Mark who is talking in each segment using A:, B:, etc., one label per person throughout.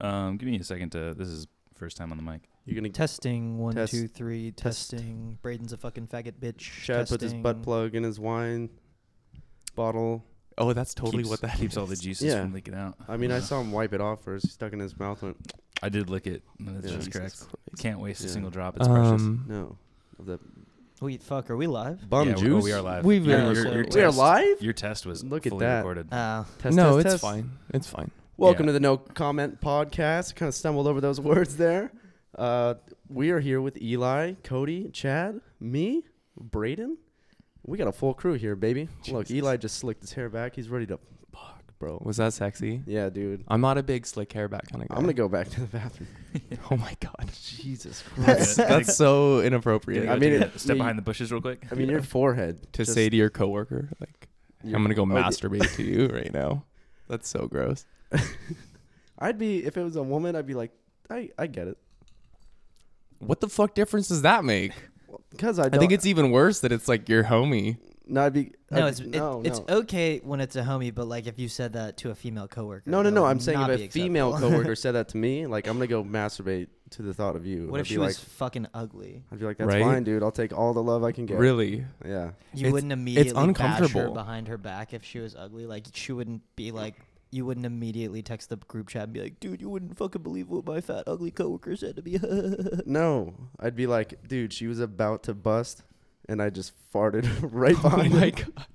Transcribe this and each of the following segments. A: Um, give me a second to. This is first time on the mic.
B: You're gonna
C: Testing one, two,
B: Test.
C: three.
B: Test.
C: Testing. Braden's a fucking faggot bitch.
B: Chad puts his butt
C: Testing.
B: plug in his wine bottle.
D: Oh, that's totally
A: keeps,
D: what that
A: keeps
D: is.
A: all the juices
B: Yeah.
A: from leaking out.
B: I mean, I saw him wipe it off first. He stuck it in his mouth. Went
A: I did lick it. and That's
B: Yeah.
A: just
B: Jesus
A: correct. Can't waste a
B: Yeah.
A: single drop. It's precious.
D: Um,
B: no, of the
C: Wait, fuck, are we live?
B: bum
A: yeah, we-
B: juice.
A: oh, we are live.
C: We've
A: your,
C: been-
A: your, your
C: We
B: We are
A: test-
B: live.
A: Your test was
B: Look at
A: fully
B: that.
A: recorded.
C: Uh,
B: Test, test,
D: no, it's
B: test.
D: fine. It's fine.
B: Welcome
A: Yeah.
B: to the No Comment Podcast. Kind of stumbled over those words there. Uh, we are here with Eli, Cody, Chad, me, Braden. We got a full crew here, baby. Look,
D: Jesus.
B: Eli just slicked his hair back. He's ready to fuck, bro.
D: Was that sexy?
B: Yeah, dude.
D: I'm not a big slick hair back kind of guy.
B: I'm gonna go back to the bathroom.
D: Oh my god.
B: Jesus
A: That's-
B: Christ.
A: that's-
D: That's so
A: Gotta
D: inappropriate.
A: go
B: I mean,
A: take
B: it-
A: a step
B: yeah,
A: behind the bushes real quick.
B: I mean, your forehead.
D: to
B: just-
D: say to your coworker, like,
B: your-
D: I'm gonna go
B: oh, yeah.
D: masturbate to you right now. That's so gross.
B: I'd be if it was a woman, I'd be like, I, I get it,
D: What the fuck difference does that make?
B: because I,
D: I,
B: don't,
D: think it's even worse that it's like your homie.
B: no, I'd be I'd
C: no,
B: be-
C: it's it-
B: no,
C: it's
B: no.
C: okay when it's a homie, but like if you said that to a female coworker,
B: no, no,
C: that
B: no.
C: would
B: I'm saying
C: not
B: if
C: be
B: a female
C: acceptable.
B: coworker said that to me, like I'm gonna go masturbate to the thought of you.
C: what
B: I'd
C: if
B: be
C: she
B: like,
C: was fucking ugly?
B: I'd be like, that's
D: Right?
B: fine, dude. I'll take all the love I can get.
D: Really?
B: Yeah.
C: You
D: It's-
C: wouldn't immediately bash her
D: uncomfortable.
C: behind her back if she was ugly. Like she wouldn't be like. You wouldn't immediately text the group chat and be like, "Dude, you wouldn't fucking believe what my fat ugly coworker said to me."
B: No, I'd be like, dude, she was about to bust, and I just farted right
D: Oh
B: behind
D: my
B: her,
D: god.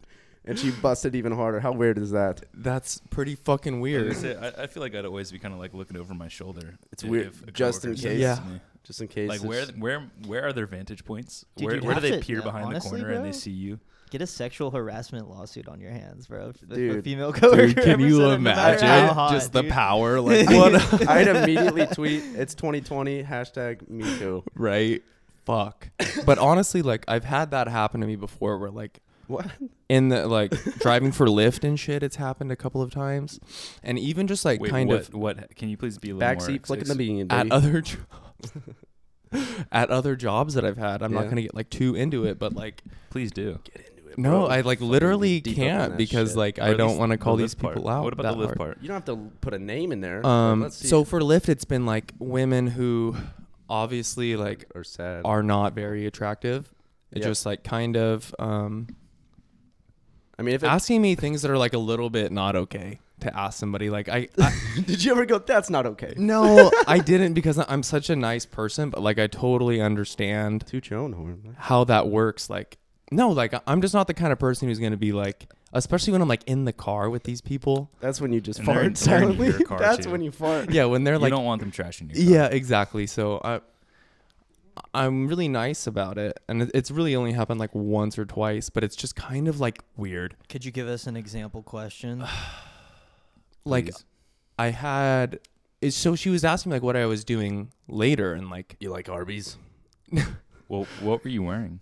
B: and she busted even harder. How weird is that?
D: That's pretty fucking
A: Like
D: weird.
A: I, said, I, I feel like I'd always be kind of like looking over my shoulder.
B: It's
A: i-
B: weird,
A: if a
B: just in
A: coworker said
D: case.
A: this to
D: Yeah.
A: me.
B: Just in case.
A: Like
B: it's-
A: where, th- where, where are their vantage points?
C: Dude,
A: where,
C: you'd
A: where do
C: have
A: they
C: to-
A: peer
C: no,
A: behind the
C: honestly,
A: corner and they
C: bro.
A: see you?
C: Get a sexual harassment lawsuit on your hands, bro. If, if a
B: Dude.
C: female coworker.
D: Dude, can
C: ever
D: you
C: said it, no matter
D: imagine
C: how hot,
D: just the
C: dude.
D: power? Like what?
B: I'd immediately tweet, it's 2020, hashtag me too.
D: right? Fuck. But honestly, like I've had that happen to me before, where like
B: What?
D: in the like driving for Lyft and shit, it's happened a couple of times, and even just like
A: Wait,
D: kind
A: what,
D: of
A: what? Can you please be a little more?
B: Backseat flicking the bean.
D: at
B: Baby.
D: other jobs, at other jobs that I've had. I'm
B: Yeah.
D: not gonna get like too into it, but like
A: Please do.
D: no,
B: bro.
D: I like
B: Fucking
D: literally
B: deep up in
D: can't
B: that
D: because
B: shit.
D: like
A: Or
D: I
A: at
D: don't
A: least
D: want to
A: the
D: call
A: lift
D: these people
A: part.
D: out.
A: What about
D: that
A: the lift
D: hard.
A: part?
B: You don't have to put a name in there.
D: Um,
B: Let's see.
D: so for Lyft, it's been like women who obviously like
B: or sad.
D: are not very attractive. It
B: Yep.
D: just like kind of um,
B: I mean, if it,
D: asking me things that are like a little bit not okay to ask somebody. Like I, I
B: did you ever go? That's not okay.
D: no, I didn't because I- I'm such a nice person, but like I totally understand
B: Toot your own horn.
D: how that works. Like no, like I- I'm just not the kind of person who's gonna be like, especially when I'm like in the car with these people.
B: That's when you just
A: And they're in-
B: fart
A: they're in your
B: silently.
A: car,
B: That's
A: too.
B: when you fart.
D: Yeah, when they're
A: You
D: like,
A: don't want them trashing you.
D: yeah, exactly. So I. I'm really nice about it, and it- it's really only happened like once or twice, but it's just kind of like weird.
C: Could you give us an example question?
D: Like I had is so she was asking me like what I was doing later and like
B: You like Arby's?
A: well, what were you wearing?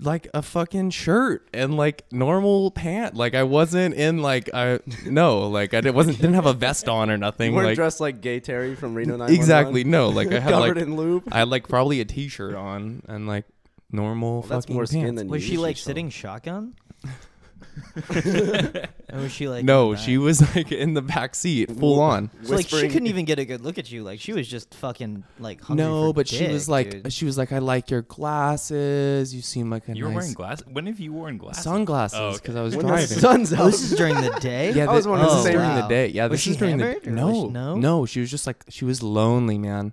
D: like a fucking shirt and like normal pant. Like I wasn't in like I no, like I didn't, wasn't didn't have a vest on or
B: You
D: nothing.
B: weren't
D: like
B: dressed like Gay Terry from Reno 911.
D: exactly no, like I had
B: Covered
D: like
B: in lube.
D: I had like probably a t-shirt on and like normal
B: Well,
D: fucking
B: that's more skin
D: pants.
B: than
C: Was
B: you
C: she
B: usually
C: like
B: show.
C: sitting shotgun? or was she like
D: no,
C: in the
D: she
C: back?
D: was like in the back seat, full on.
C: So, like she
B: whispering-
C: couldn't even get a good look at you. Like she was just fucking like hungry
D: No,
C: for
D: but she was
C: dick,
D: like,
C: dude.
D: she was like, I like your glasses. You seem like a
A: You were
D: nice
A: wearing glasses. When have you worn glasses?
D: sunglasses
A: Oh, okay.
D: because I was
B: When the
D: driving.
B: sun's
C: oh,
B: out.
C: this is during the day.
D: Yeah,
B: I was
D: thi-
B: wondering
D: this is
C: the same.
D: during the
C: Wow.
D: day. Yeah,
C: Was
D: this
C: she
D: is during the
C: hammered or
D: no,
C: was she- no?
D: no, She was just like she was lonely, man.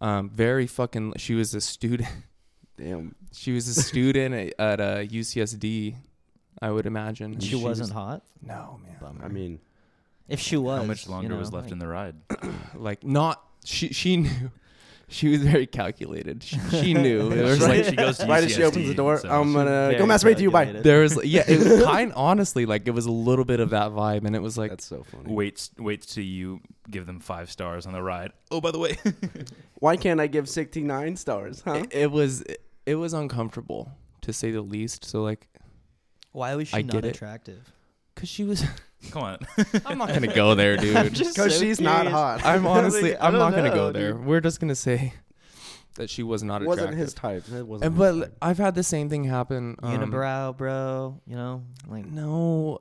D: Um, very fucking. She was a student.
B: Damn.
D: She was a student at, at uh, UCSD. I would imagine
C: she, wasn't hot.
D: No, man.
B: I mean,
C: If she was,
A: How much longer
C: you know,
A: was left
C: like,
A: in the ride?
D: Like not. She she knew. She was very calculated. She, she knew. There was like
A: she goes to
B: right as she
A: UCSD,
B: opens the door,
A: so
B: I'm
A: she-
D: uh,
B: gonna go
C: very
B: masturbate to you. Bye.
C: calculated.
D: there was yeah. It was kind honestly like it was a little bit of that vibe, and it was like
B: That's so funny.
A: waits waits till you give them five stars on the ride. Oh, by the way,
B: Why can't I give 69 stars? Huh?
D: it, it was it, it was uncomfortable to say the least. So like,
C: Why was she
D: I
C: not
D: get it.
C: attractive?
D: cause she was.
A: come on.
D: I'm not gonna go there, dude.
C: just
B: Because
C: so
B: she's not
C: curious.
B: hot.
D: I'm honestly,
B: Like, I
D: I'm
B: don't
D: not gonna
B: know,
D: go there.
B: dude.
D: We're just gonna say that she was not
B: wasn't
D: attractive.
B: his type. It wasn't his
D: And, but
B: type.
D: I've had the same thing happen. um,
C: Unibrow, bro. You know, like
D: No,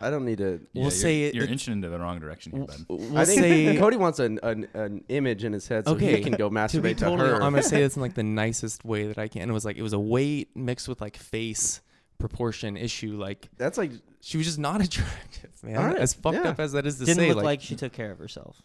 B: I don't need to.
D: we'll say it-
A: you're
D: it-
A: inching into the wrong direction here, bud.
D: we'll
B: I think
D: say
B: Cody wants an, an an image in his head so
D: Okay,
B: he can go masturbate
D: to
B: to,
D: be totally
B: her.
D: honest, I'm gonna say this in like the nicest way that I can. It was like it was a weight mixed with like face proportion issue. Like
B: That's like
D: she was just not attractive, man.
B: All right,
D: As fucked
B: yeah.
D: up as that is to
C: didn't
D: say,
C: look
D: like,
C: like, she took care of herself.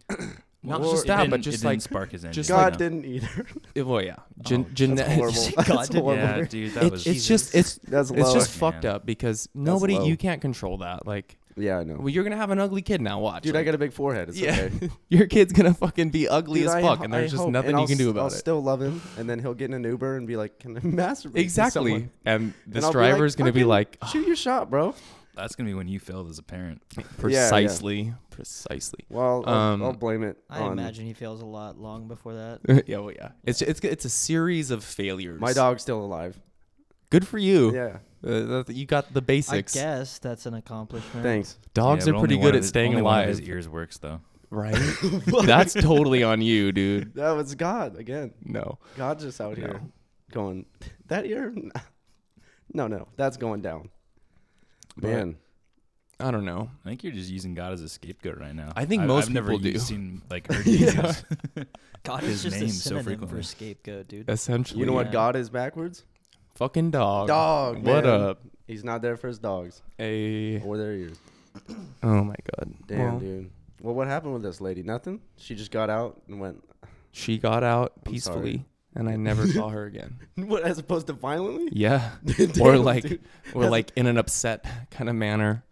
D: not
A: Well,
D: just
A: it
D: that, but
A: didn't- it
D: just
A: didn't
D: like
A: spark his engine.
D: just
A: you
B: God
A: know?
B: didn't either.
D: it- well, yeah, gen-
A: that's
D: genetic-
B: horrible. That's
C: didn't-
B: horrible.
A: Yeah, dude, that
D: It-
A: was.
D: it's just it's
B: That's
D: it's
B: low.
D: just
A: Man.
D: fucked up because nobody
B: low.
D: you can't control that. Like,
B: yeah, I know.
D: well, you're gonna have an ugly kid now. Watch,
B: Dude, I
D: like,
B: got a big forehead. It's
D: yeah,
B: okay.
D: your kid's gonna fucking be ugly
B: Dude,
D: as
B: I
D: fuck,
B: ho-
D: and
B: I
D: there's just
B: hope-
D: nothing
B: and
D: you
B: I'll
D: can
B: s-
D: do about
B: I'll
D: it.
B: still love him, and then he'll get in an Uber and be like, "Can I masturbate?" to
D: Exactly,
B: someone?"
D: and
B: And
D: this
B: I'll be like,
D: driver's gonna be
B: "Fucking
D: like,
B: shoot your shot, bro.
A: That's gonna be when you failed as a parent.
B: yeah.
D: precisely, precisely.
B: Well, I'll,
D: Um,
B: I'll blame it
C: I
B: on
C: imagine he fails a lot long before that.
D: yeah, well, yeah. It's it's it's a series of failures.
B: my dog's still alive.
D: Good for you.
B: Yeah,
D: Uh, that- you got the
C: I
D: basics.
C: guess that's an accomplishment.
B: thanks.
D: Dogs
A: Yeah,
D: are
A: but
D: pretty
A: only one
D: good
A: of
D: at
A: his-
D: staying
A: only one of
D: alive,
A: His ears works though.
D: right? That's totally on you, dude.
B: That was God again.
D: No,
B: God's just out
D: No.
B: here going that ear. Nah. No, no, that's going down.
D: But-
B: Man,
D: I don't know.
A: I think you're just using God as a scapegoat right now.
D: I think most
A: I've never
D: people do.
A: used- Seen like heard you use-
C: God
A: His
C: is just a
A: name so
C: synonym for
A: frequently.
C: scapegoat, dude.
D: Essentially,
B: you know
C: Yeah.
B: what God is backwards?
D: Fucking dog.
B: Dog.
D: Oh, What
B: man.
D: up?
B: He's not there for his dogs
D: A.
B: or their ears.
D: Oh my god.
B: Damn,
D: Well,
B: dude. Well, what happened with this lady? Nothing. She just got out and went.
D: She got out
B: I'm sorry.
D: peacefully, and I never saw her again.
B: What as opposed to violently?
D: Yeah. or
B: Damn,
D: like
B: dude.
D: or like in an upset kind of manner.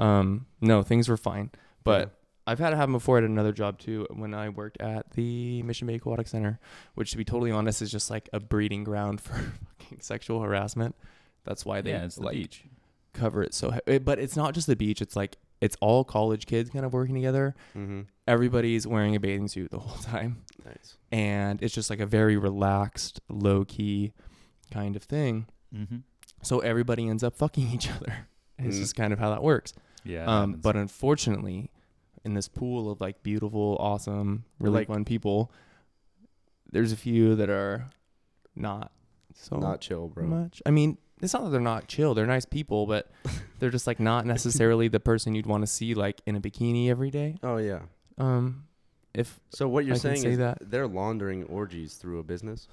D: Um, no, things were fine. But I've had it happen before at another job too. When I worked at the Mission Bay Aquatic Center, which to be totally honest is just like a breeding ground for fucking sexual harassment. That's why they
A: yeah, it's the
D: like
A: beach.
D: cover it so. He- it- but it's not just the beach. It's like it's all college kids kind of working together.
B: Mhm.
D: Everybody's wearing a bathing suit the whole time
B: Nice.
D: and it's just like a very relaxed, low key kind of thing.
A: Mm-hmm.
D: So everybody ends up fucking each other. It's
B: Mm.
D: just kind of how that works.
A: Yeah. it
D: Um,
A: happens.
D: but unfortunately, in this pool of like beautiful, awesome, really
B: Like-
D: fun people, there's a few that are not so
B: Not chill, bro.
D: much. I mean, it's not that they're not chill; they're nice people, but they're just like not necessarily the person you'd want to see like in a bikini every day.
B: Oh yeah.
D: Um, if
B: So what you're
D: I can
B: saying
D: say
B: is
D: that.
B: they're laundering orgies through a business?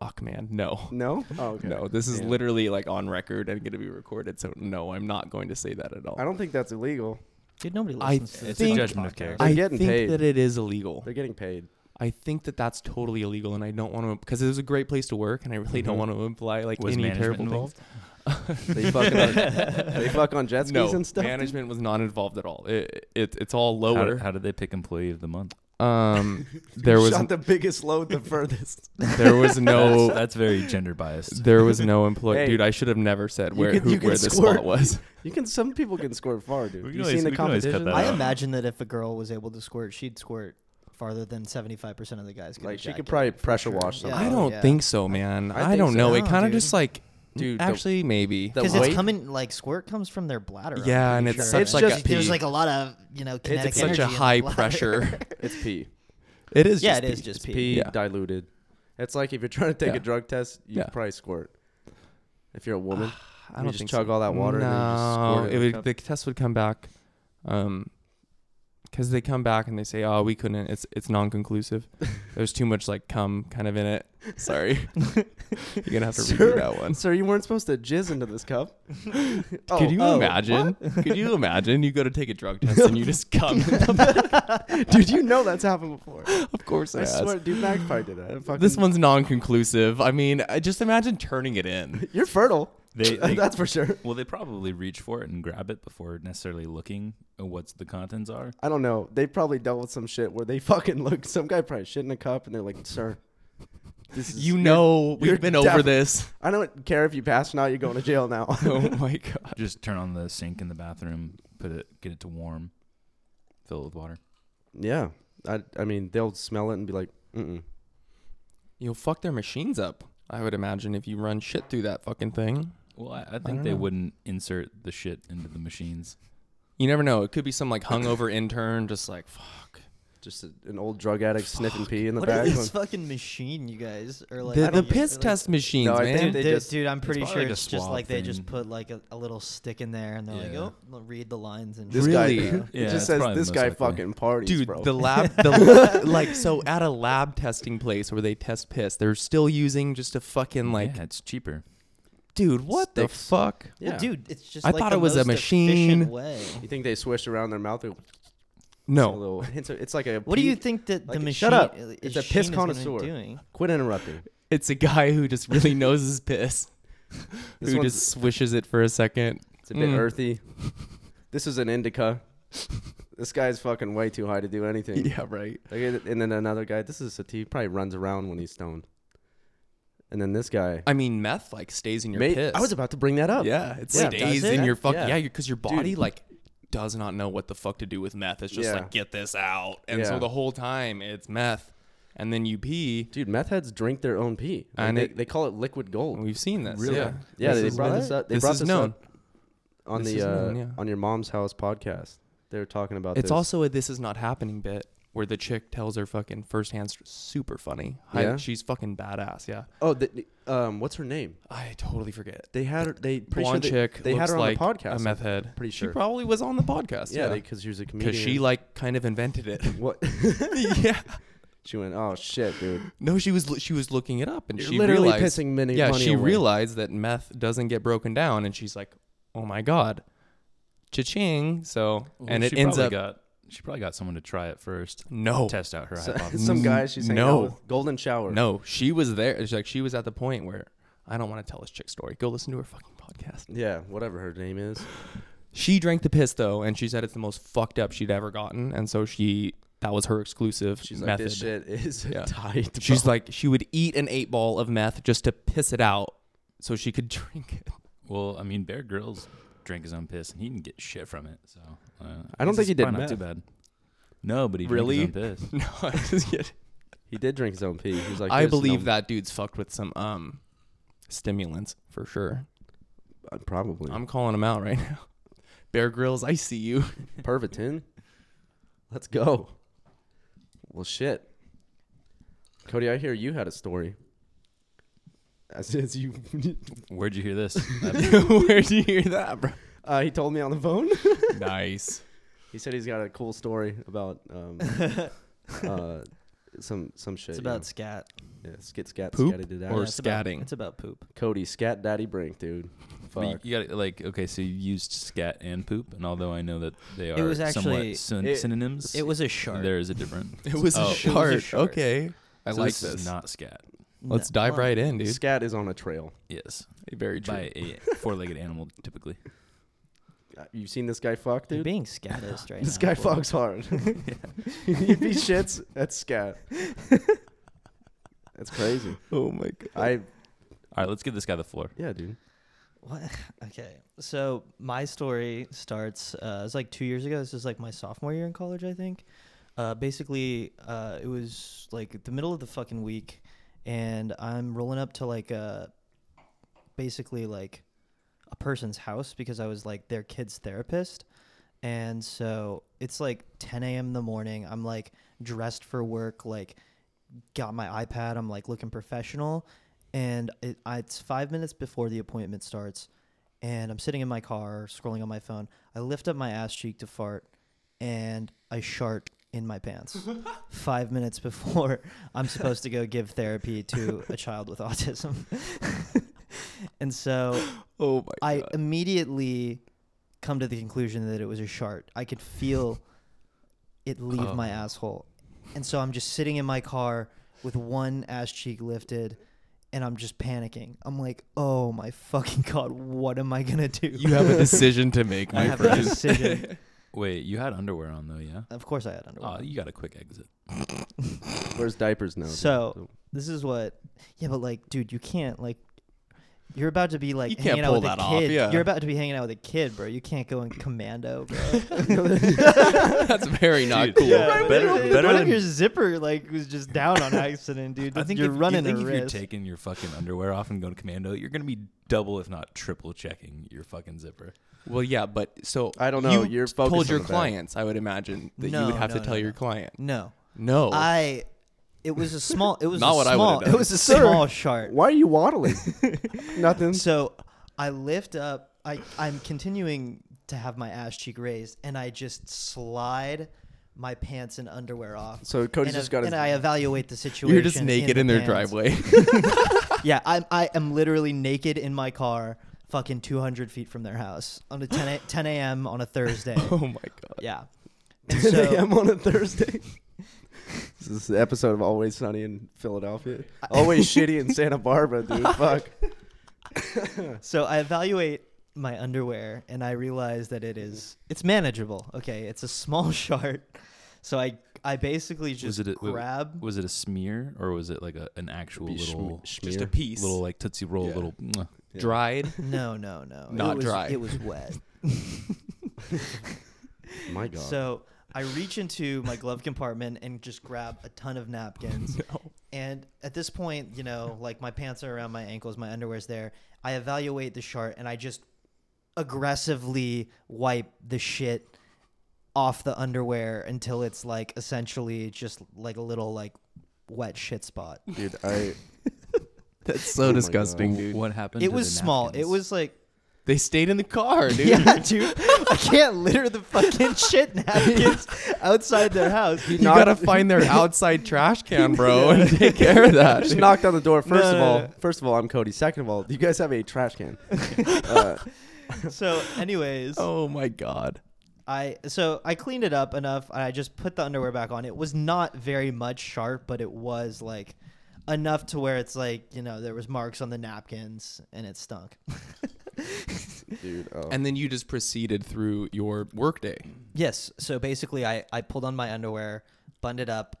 D: fuck, man, no.
B: No. Oh okay.
D: No, this is
B: Yeah.
D: literally like on record and going to be recorded. So no, I'm not going to say that at all.
B: I don't think that's illegal.
C: Dude, nobody
D: I
C: listens to this.
A: It's a
D: think-
A: judgment of character.
B: They're
D: I
B: getting
D: think
B: paid.
D: that it is illegal.
B: They're getting paid.
D: I think that that's totally illegal, and I don't want to because it was a great place to work, and I really don't
B: Mhm.
D: want to imply like
A: Was
D: any
A: management
D: terrible
A: involved?
D: things.
B: They fucking on, they fuck on jet skis
D: no,
B: and stuff. dude?
D: management was not involved at all. It, it it's all
A: How did,
D: lower.
A: how did they pick employee of the month?
D: um, there was
B: shot the biggest load the furthest.
D: there was
A: That's-
D: no
A: that's very gender biased.
D: there was no employee.
B: Hey,
D: Dude, I should have never said
B: you
D: where
B: can-
D: who,
B: you can
D: where the
B: squirt.
D: spot was.
B: You can. Some people can squirt far, dude.
A: We can
B: You
A: always-
B: seen the
A: we can always cut
B: competition?
A: that
C: I
A: out.
C: imagine that if a girl was able to squirt, she'd squirt farther than 75% of the guys could
B: Like she could
C: ejaculate,
B: probably
C: for
B: pressure
C: sure.
B: wash
C: Yeah.
B: someone.
D: I don't
C: Yeah.
D: think so, man.
B: I
D: I,
B: think
D: don't
B: so.
D: know. It
C: No,
D: kind of
C: dude.
D: just like
B: Dude, the-
D: actually maybe
B: the
C: Because
B: weight-
C: it's coming like squirt comes from their bladder. I'm
D: Yeah, and
C: pretty
D: it's
C: sure.
D: such
B: It's like a just-
D: pee.
C: there's like a lot of you know kinetic
D: it's such
C: energy
D: a
C: in the
D: high
C: bladder.
D: pressure.
B: It's pee.
D: It is.
C: yeah,
D: just
C: it is
D: pee.
C: just
B: It's
C: pee.
B: pee
D: Yeah.
B: diluted. It's like if you're trying to take
D: Yeah.
B: a drug test, you
D: Yeah.
B: probably squirt. If you're a woman,
D: I
B: You
D: don't
B: just
D: think
B: chug
D: so.
B: all that water
D: No,
B: and then you just squirt it in the
D: it
B: cup?
D: would, the test would come back, um, because they come back and they say, "Oh, we couldn't. It's it's non-conclusive. There's too much like cum kind of in it. Sorry, you're gonna have to
B: Sir.
D: redo that one."
B: sir, you weren't supposed to jizz into this cup. Oh,
D: Could you
B: oh,
D: imagine? Could you imagine? You go to take a drug test and you just cum. in the
B: what? Dude, you know that's happened before.
D: back. Of course, it
B: I
D: has.
B: swear, dude, Magpie did that. Fucking-
D: This one's non-conclusive. I mean, I- just imagine turning it in.
B: You're fertile.
A: They, they
B: that's for sure.
A: well, they probably reach for it and grab it before necessarily looking at what the contents are.
B: I don't know. They probably dealt with some shit where they fucking look. Some guy probably shit in a cup, and they're like, "Sir, this is
D: You
B: you're-
D: know,
B: you're
D: we've been over
B: defi-
D: this.
B: I don't care if you pass or not. You're going to jail now."
D: Oh my god.
A: Just turn on the sink in the bathroom, put it, get it to warm, fill it with water.
B: yeah, I. I mean, they'll smell it and be like, "Mm."
D: You'll fuck their machines up. I would imagine if you run shit through that fucking thing.
A: Well, I, I think
D: don't
A: they
D: know.
A: wouldn't insert the shit into the machines.
D: You never know. It could be some like hungover intern just like fuck.
B: Just a, an old drug addict sniffing pee in the
C: What
B: back.
C: is this fucking machine you guys are like?
D: the
C: I
D: the
C: don't get-
D: piss
C: like-
D: test machines,
B: No, I
D: man.
B: think
C: Dude,
B: they
C: dude,
B: just-
C: dude, I'm pretty
A: probably
C: sure
A: like a
C: it's just
A: swab
C: like they just
A: thing.
C: put like a, a little stick in there and they're
A: Yeah.
C: like, oh, read the lines and
B: This
D: Really?
B: guy,
A: Yeah,
B: it
A: it's
B: just says
A: probably the
B: this
A: most
B: guy
A: likely.
B: fucking parties,
D: Dude,
B: bro.
D: the lab, the, like, so at a lab testing place where they test piss, they're still using just a fucking like,
A: yeah, it's cheaper.
D: dude, what
A: Sticks.
D: the fuck?
B: yeah.
C: Well, dude, it's just.
D: I
C: like
D: thought
C: the
D: it was a
C: most efficient
D: machine.
C: Way.
B: you think they swish around their mouth? It's a
D: No,
B: little, it's, a- it's like a.
C: What do
B: pee-
C: you think that the
B: Like,
C: machine?
B: shut up.
C: uh,
B: It's
C: is
B: a piss
C: machine is gonna
B: connoisseur.
C: Doing?
B: Quit interrupting.
D: it's a guy who just really knows his piss,
B: This
D: who
B: one's-
D: just swishes it for a second.
B: It's a bit
D: Mm.
B: earthy. This is an indica. This guy's fucking way too high to do anything.
D: Yeah, right.
B: Like, and then another guy. This is a T. Probably runs around when he's stoned. And then this guy.
D: I mean, meth like stays in your
B: May-
D: piss.
B: I was about to bring that up.
D: Yeah, it
B: Oh, Yeah,
D: stays
C: does it?
D: in your fuck.
B: Yeah.
D: Yeah, because your body
B: Dude.
D: like does not know what the fuck to do with meth. It's just
B: Yeah.
D: like get this out, and
B: Yeah.
D: so the whole time it's meth, and then you pee.
B: Dude, meth heads drink their own pee. Like,
D: And
B: they,
D: it-
B: they call it liquid gold.
D: We've seen this.
A: Really?
D: Yeah,
B: yeah,
D: This
B: they
D: is
B: brought
D: really-
B: this up. They
D: this
B: brought
D: is
B: this
D: known.
B: up on
D: This
B: the
D: is
B: uh,
D: known, yeah.
B: on your mom's house podcast. They were talking about
D: It's
B: this.
D: also a "This Is Not Happening" bit where the chick tells her fucking first hand st- super funny. Hi,
B: Yeah?
D: she's fucking badass. Yeah,
B: oh, the, um, what's her name?
D: I totally forget.
B: They had her. They pretty sure
D: Blonde
B: they,
D: chick.
B: they had
D: looks
B: her on
D: like
B: the podcast.
D: A meth head.
B: pretty
D: She
B: sure.
D: probably was on the podcast.
B: yeah,
D: Yeah,
B: because she was a comedian.
D: because she like kind of invented it.
B: what?
D: yeah.
B: she went. Oh shit, dude.
D: No, she was she was looking it up, and
B: You're
D: she
B: literally
D: realized,
B: pissing many
D: Yeah,
B: money
D: she
B: away.
D: realized that meth doesn't get broken down, and she's like, "Oh my god, cha-ching!" So and
A: Well,
D: it
A: she
D: ends
A: probably
D: up Oh,
A: Got, she probably got someone to try it first,
D: no,
A: test out her
B: So-
A: hypothesis.
B: some guy she's hanging out
D: No.
B: with. Golden shower.
D: no. She was there. It's like she was at the point where I don't want to tell this chick story. Go listen to her fucking podcast.
B: Yeah, whatever her name is.
D: She drank the piss though, and she said it's the most fucked up she'd ever gotten, and so she that was her exclusive
B: She's like,
D: method.
B: this shit is
D: Yeah.
B: tight.
D: She's
B: bro."
D: like, she would eat an eight ball of meth just to piss it out, so she could drink it.
A: Well, I mean, Bear Grylls drank his own piss, and he didn't get shit from it. So uh,
B: I don't
A: guess
B: think he
A: it's
B: did
A: probably Not too bad. No, but he drank
D: Really?
A: his own piss.
D: No, I'm just kidding.
B: he did drink his own pee. He's like,
D: I
B: "There's
D: believe
B: no-
D: that dude's fucked with some um stimulants for sure.
B: Uh, probably
D: I'm calling him out right now. Bear Grylls, I see you.
B: Pervitin. Let's go. Well, shit. Cody, I hear you had a story. As, as you,
A: Where'd you hear this?
D: Where'd you hear that, bro?
B: uh, he told me on the phone.
D: Nice.
B: He said he's got a cool story about um, uh, some some shit.
C: It's
B: you
C: about
B: know.
C: scat
B: yeah, skit scat
D: poop
B: scatted it out.
D: Or
C: Yeah, it's about-
D: scatting.
C: it's about poop.
B: Cody scat daddy brink, dude.
A: But
B: Fuck.
A: you got like okay, so you used scat and poop, and although I know that they are
C: It was actually-
A: somewhat syn-
B: it-
A: synonyms,
C: It was a shark.
A: there is a difference.
D: It was,
A: Oh. It
D: a
A: was a
D: shard.
C: shard.
D: Okay. I
A: So
D: like
A: this is
D: this.
A: not scat.
D: Let's dive right in, dude.
B: Scat is on a trail.
A: Yes,
D: Very true.
A: by a four-legged animal typically.
B: Uh, You've seen this guy fuck,
C: You're
B: dude.
C: being scatist right
B: This
C: now.
B: guy fucks hard. if he shits, that's scat. that's crazy.
D: Oh my god.
B: I
A: All right, let's give this guy the floor.
B: yeah, dude.
C: What? Okay. So my story starts. Uh, it's like two years ago. This is like my sophomore year in college, I think. Uh, basically, uh, it was like the middle of the fucking week, and I'm rolling up to like a, basically like, a person's house because I was like their kid's therapist, and so it's like 10 a.m. in the morning. I'm like dressed for work, like got my iPad. I'm like looking professional, and it, I, it's five minutes before the appointment starts, and I'm sitting in my car scrolling on my phone. I lift up my ass cheek to fart, and I shart in my pants. five minutes before I'm supposed to go give therapy to a child with autism, and so
D: Oh my
C: I
D: god.
C: immediately come to the conclusion that it was a shart. I could feel it leave
D: Oh.
C: my asshole. And so I'm just sitting in my car with one ass cheek lifted and I'm just panicking. I'm like, oh my fucking God, what am I going to do?
D: You have a decision to make,
C: I
D: my
C: have a
D: friend.
C: decision.
A: Wait, you had underwear on though, yeah?
C: of course I had underwear.
A: Oh, you got a quick exit.
B: Where's diapers now? dude?
C: So- this is what yeah but like dude you can't like you're about to be like
D: You can't
C: hanging out
D: pull
C: with
D: that
C: a
D: off,
C: kid
D: yeah.
C: you're about to be hanging out with a kid bro you can't go in commando bro
D: That's very not
A: Dude,
D: cool.
A: yeah. Better-
C: what if-
A: better
C: what if
A: than-
C: your zipper like was just down on accident dude
A: I think
C: you're
A: if,
C: running
A: I think
C: a
A: if
C: risk
A: you're taking your fucking underwear off and going commando, you're gonna be double, if not triple, checking your fucking zipper.
D: Well, yeah, but so
B: I don't know.
D: You
B: You're focused
D: told your
B: on that.
D: clients, I would imagine that you
C: No,
D: would have
C: no,
D: to
C: no,
D: tell
C: no.
D: your client.
C: No,
D: No,
C: I. It was a small. It was
D: Oh. Not
C: a
D: what I would've
C: small.
D: done.
C: It was a
B: Sir.
C: small shark.
B: Why are you waddling? Nothing.
C: So I lift up. I I'm continuing to have my ass cheek raised, and I just slide my pants and underwear off.
B: So Cody's
C: and
B: just
C: ev-
B: got his.
C: and I evaluate the situation.
D: you're just naked in,
C: the
D: their
C: pants.
D: driveway.
C: Yeah, I'm. I am literally naked in my car, fucking 200 feet from their house on a 10 a, 10 a.m. on a Thursday.
D: oh my god.
C: yeah.
B: 10
C: so-
B: a.m. on a Thursday. this is the episode of Always Sunny in Philadelphia. Always shitty in Santa Barbara, dude. Fuck.
C: So I evaluate my underwear and I realize that it is it's manageable. Okay, it's a small shard. So I I basically just
A: it a- wait, wait.
C: grab
A: Was it a smear or was it like a, an actual
B: Be schm-
A: little,
D: Just a
B: schmear.
D: piece,
A: little like tootsie roll,
D: Yeah.
A: little? mwah.
B: Yeah.
D: dried.
C: No, no, no.
D: Not
C: it was,
D: dry.
C: It was wet.
B: My God.
C: so I reach into my glove compartment and just grab a ton of napkins. And at this point, you know, like my pants are around my ankles, my underwear's there. I evaluate the shart and I just aggressively wipe the shit off the underwear until it's like essentially just like a little like wet shit spot.
B: dude, I.
D: That's so
B: my
D: disgusting,
B: God.
D: dude.
A: What happened?
C: It
A: to
C: was
A: the
C: small. It
A: napkins?
C: was like
D: They stayed in the car, dude.
C: Yeah, dude. I can't litter the fucking shit napkins outside their house.
D: You
B: knocked-
D: gotta find their outside trash can, bro, and take care of that.
B: Just knocked on the door. First of
C: no,
B: all,
C: no.
B: first of all, I'm Cody. Second of all, you guys have a trash can. uh,
C: So, anyways,
D: Oh my god.
C: I so I cleaned it up enough. And I just put the underwear back on. It was not very much sharp, but it was like enough to where it's like you know there was marks on the napkins and it stunk.
B: dude, oh.
D: And then you just proceeded through your workday.
C: Yes. So basically, I, I pulled on my underwear, bunned it up.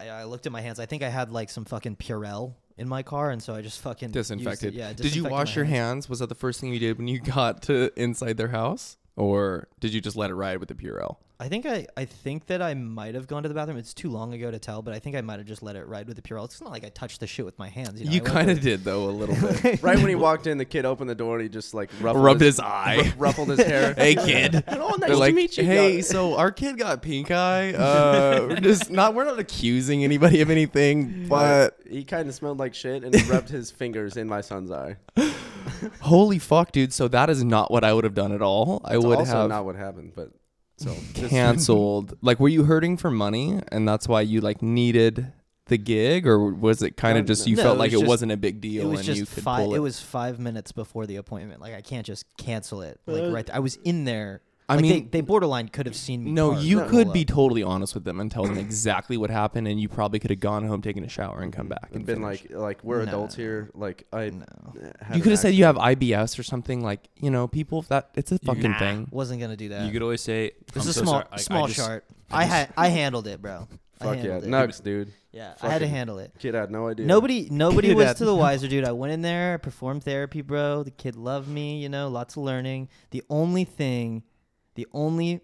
C: I, I looked at my hands. I think I had like some fucking Purell in my car, and so I just fucking used it.
D: Disinfected.
C: Yeah.
D: Did you
C: disinfected
D: wash
C: my
D: your hands? Was that the first thing you did when you got to inside their house? Or did you just let it ride with the Purell?
C: I think I, I think that I might have gone to the bathroom. It's too long ago to tell, but I think I might have just let it ride with the Purell. It's not like I touched the shit with my hands. You, know,
D: You
C: I went
D: kind of
C: with-
D: did though a little bit.
B: right when he walked in, the kid opened the door and he just like ruffled
D: Rubbed
B: his,
D: his eye.
B: ruffled his hair.
D: hey kid.
B: Oh, nice
D: They're like,
B: to meet you.
D: hey,
B: Yeah.
D: so our kid got pink eye. Uh, we're just not. We're not accusing anybody of anything, but
B: he kind of smelled like shit and he rubbed his fingers in my son's eye.
D: holy fuck, dude! So that is not what I would have done at all. I
B: It's
D: would
B: also
D: have
B: not what happened, but so just-
D: canceled. like, were you hurting for money, and that's why you like needed the gig, or was it kind
B: No,
D: of just you
C: no,
D: felt
C: it
D: like
C: was
D: it
C: just-
D: wasn't a big deal
C: It was
D: and
C: just
D: you could
C: five.
D: pull
C: It. was five minutes before the appointment. Like I can't just cancel it. Like
B: Uh,
C: right. th- I was in there.
D: I
C: Like,
D: mean-
C: they, they borderline could have seen me.
D: No,
C: park
D: you
C: and
D: could
C: roll
D: be
C: up.
D: totally honest with them and tell them exactly what happened, and you probably could have gone home, taken a shower, and come back
B: and
D: and
B: Mm, been
D: finished.
B: like, like we're
C: No,
B: adults
C: no, no.
B: here. Like I,
C: no,
B: had
D: you
B: an
D: could have said you have
B: accident.
D: IBS or something like you know people that it's a fucking
A: Nah.
D: thing.
C: wasn't gonna do that.
A: You could always say,
C: this
A: "I'm
C: is
A: so
C: a small
A: sorry, I- I
C: small
A: just-
C: chart. I had I handled it, bro. I
B: Fuck yeah,
C: handled it.
B: nugs, dude.
C: Yeah, I had to
B: fucking-
C: handle it.
B: Kid had no idea.
C: Nobody, nobody
D: Kid
C: was
D: had-
C: to the wiser, dude. I went in there, I performed therapy, bro. The kid loved me, you know, lots of learning. The only thing, the only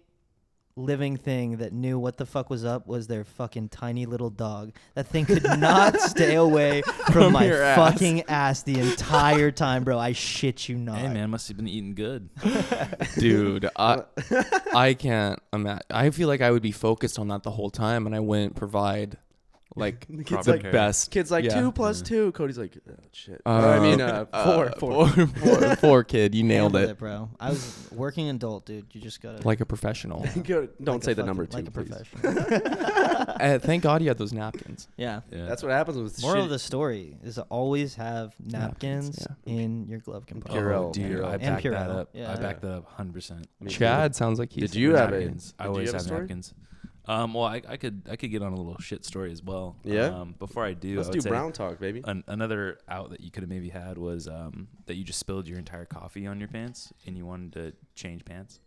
C: living thing that knew what the fuck was up was their fucking tiny little dog. That thing could not stay away from,
D: From
C: my
D: your ass.
C: fucking ass the entire time, bro. I shit you not.
A: Hey man, must have been eating good.
D: dude i i can't imagine i feel like i would be focused on that the whole time and i wouldn't provide like
B: The
D: the
B: kid's
A: Proper care.
D: best
B: Kids like
D: Yeah.
B: two plus two. Cody's like, oh, shit.
D: Uh,
B: I mean, uh, four, four.
D: four, four, four, kid you nailed
C: Handled
D: it
C: bro. I was working adult, dude. You just gotta
D: like a professional
B: Go- Don't
C: like a
B: say the
C: fucking-
B: number two,
C: like a
B: please.
C: professional.
D: Uh, thank god you had those napkins
C: yeah.
A: Yeah.
B: That's what happens with
C: Moral of
B: shitty-
C: the story is to always have
D: Napkins,
C: napkins in your glove
A: oh,
C: compartment.
B: Purell.
A: dude, I
B: Purell.
A: backed
C: And
A: that
C: Purell,
A: up.
C: yeah.
A: I backed that up 100. percent
B: Me too.
D: chad sounds like he's
B: Did you have a?
A: napkins.
B: did
A: I
B: you
A: always
B: have a
A: have,
B: story?
A: napkins. Um, well, I, I could I could get on a little shit story as well.
B: Yeah?
A: Um, before I do,
B: Let's
A: I
B: do
A: would say
B: brown talk, baby.
A: An, another out that you could have maybe had was um, that you just spilled your entire coffee on your pants and you wanted to change pants.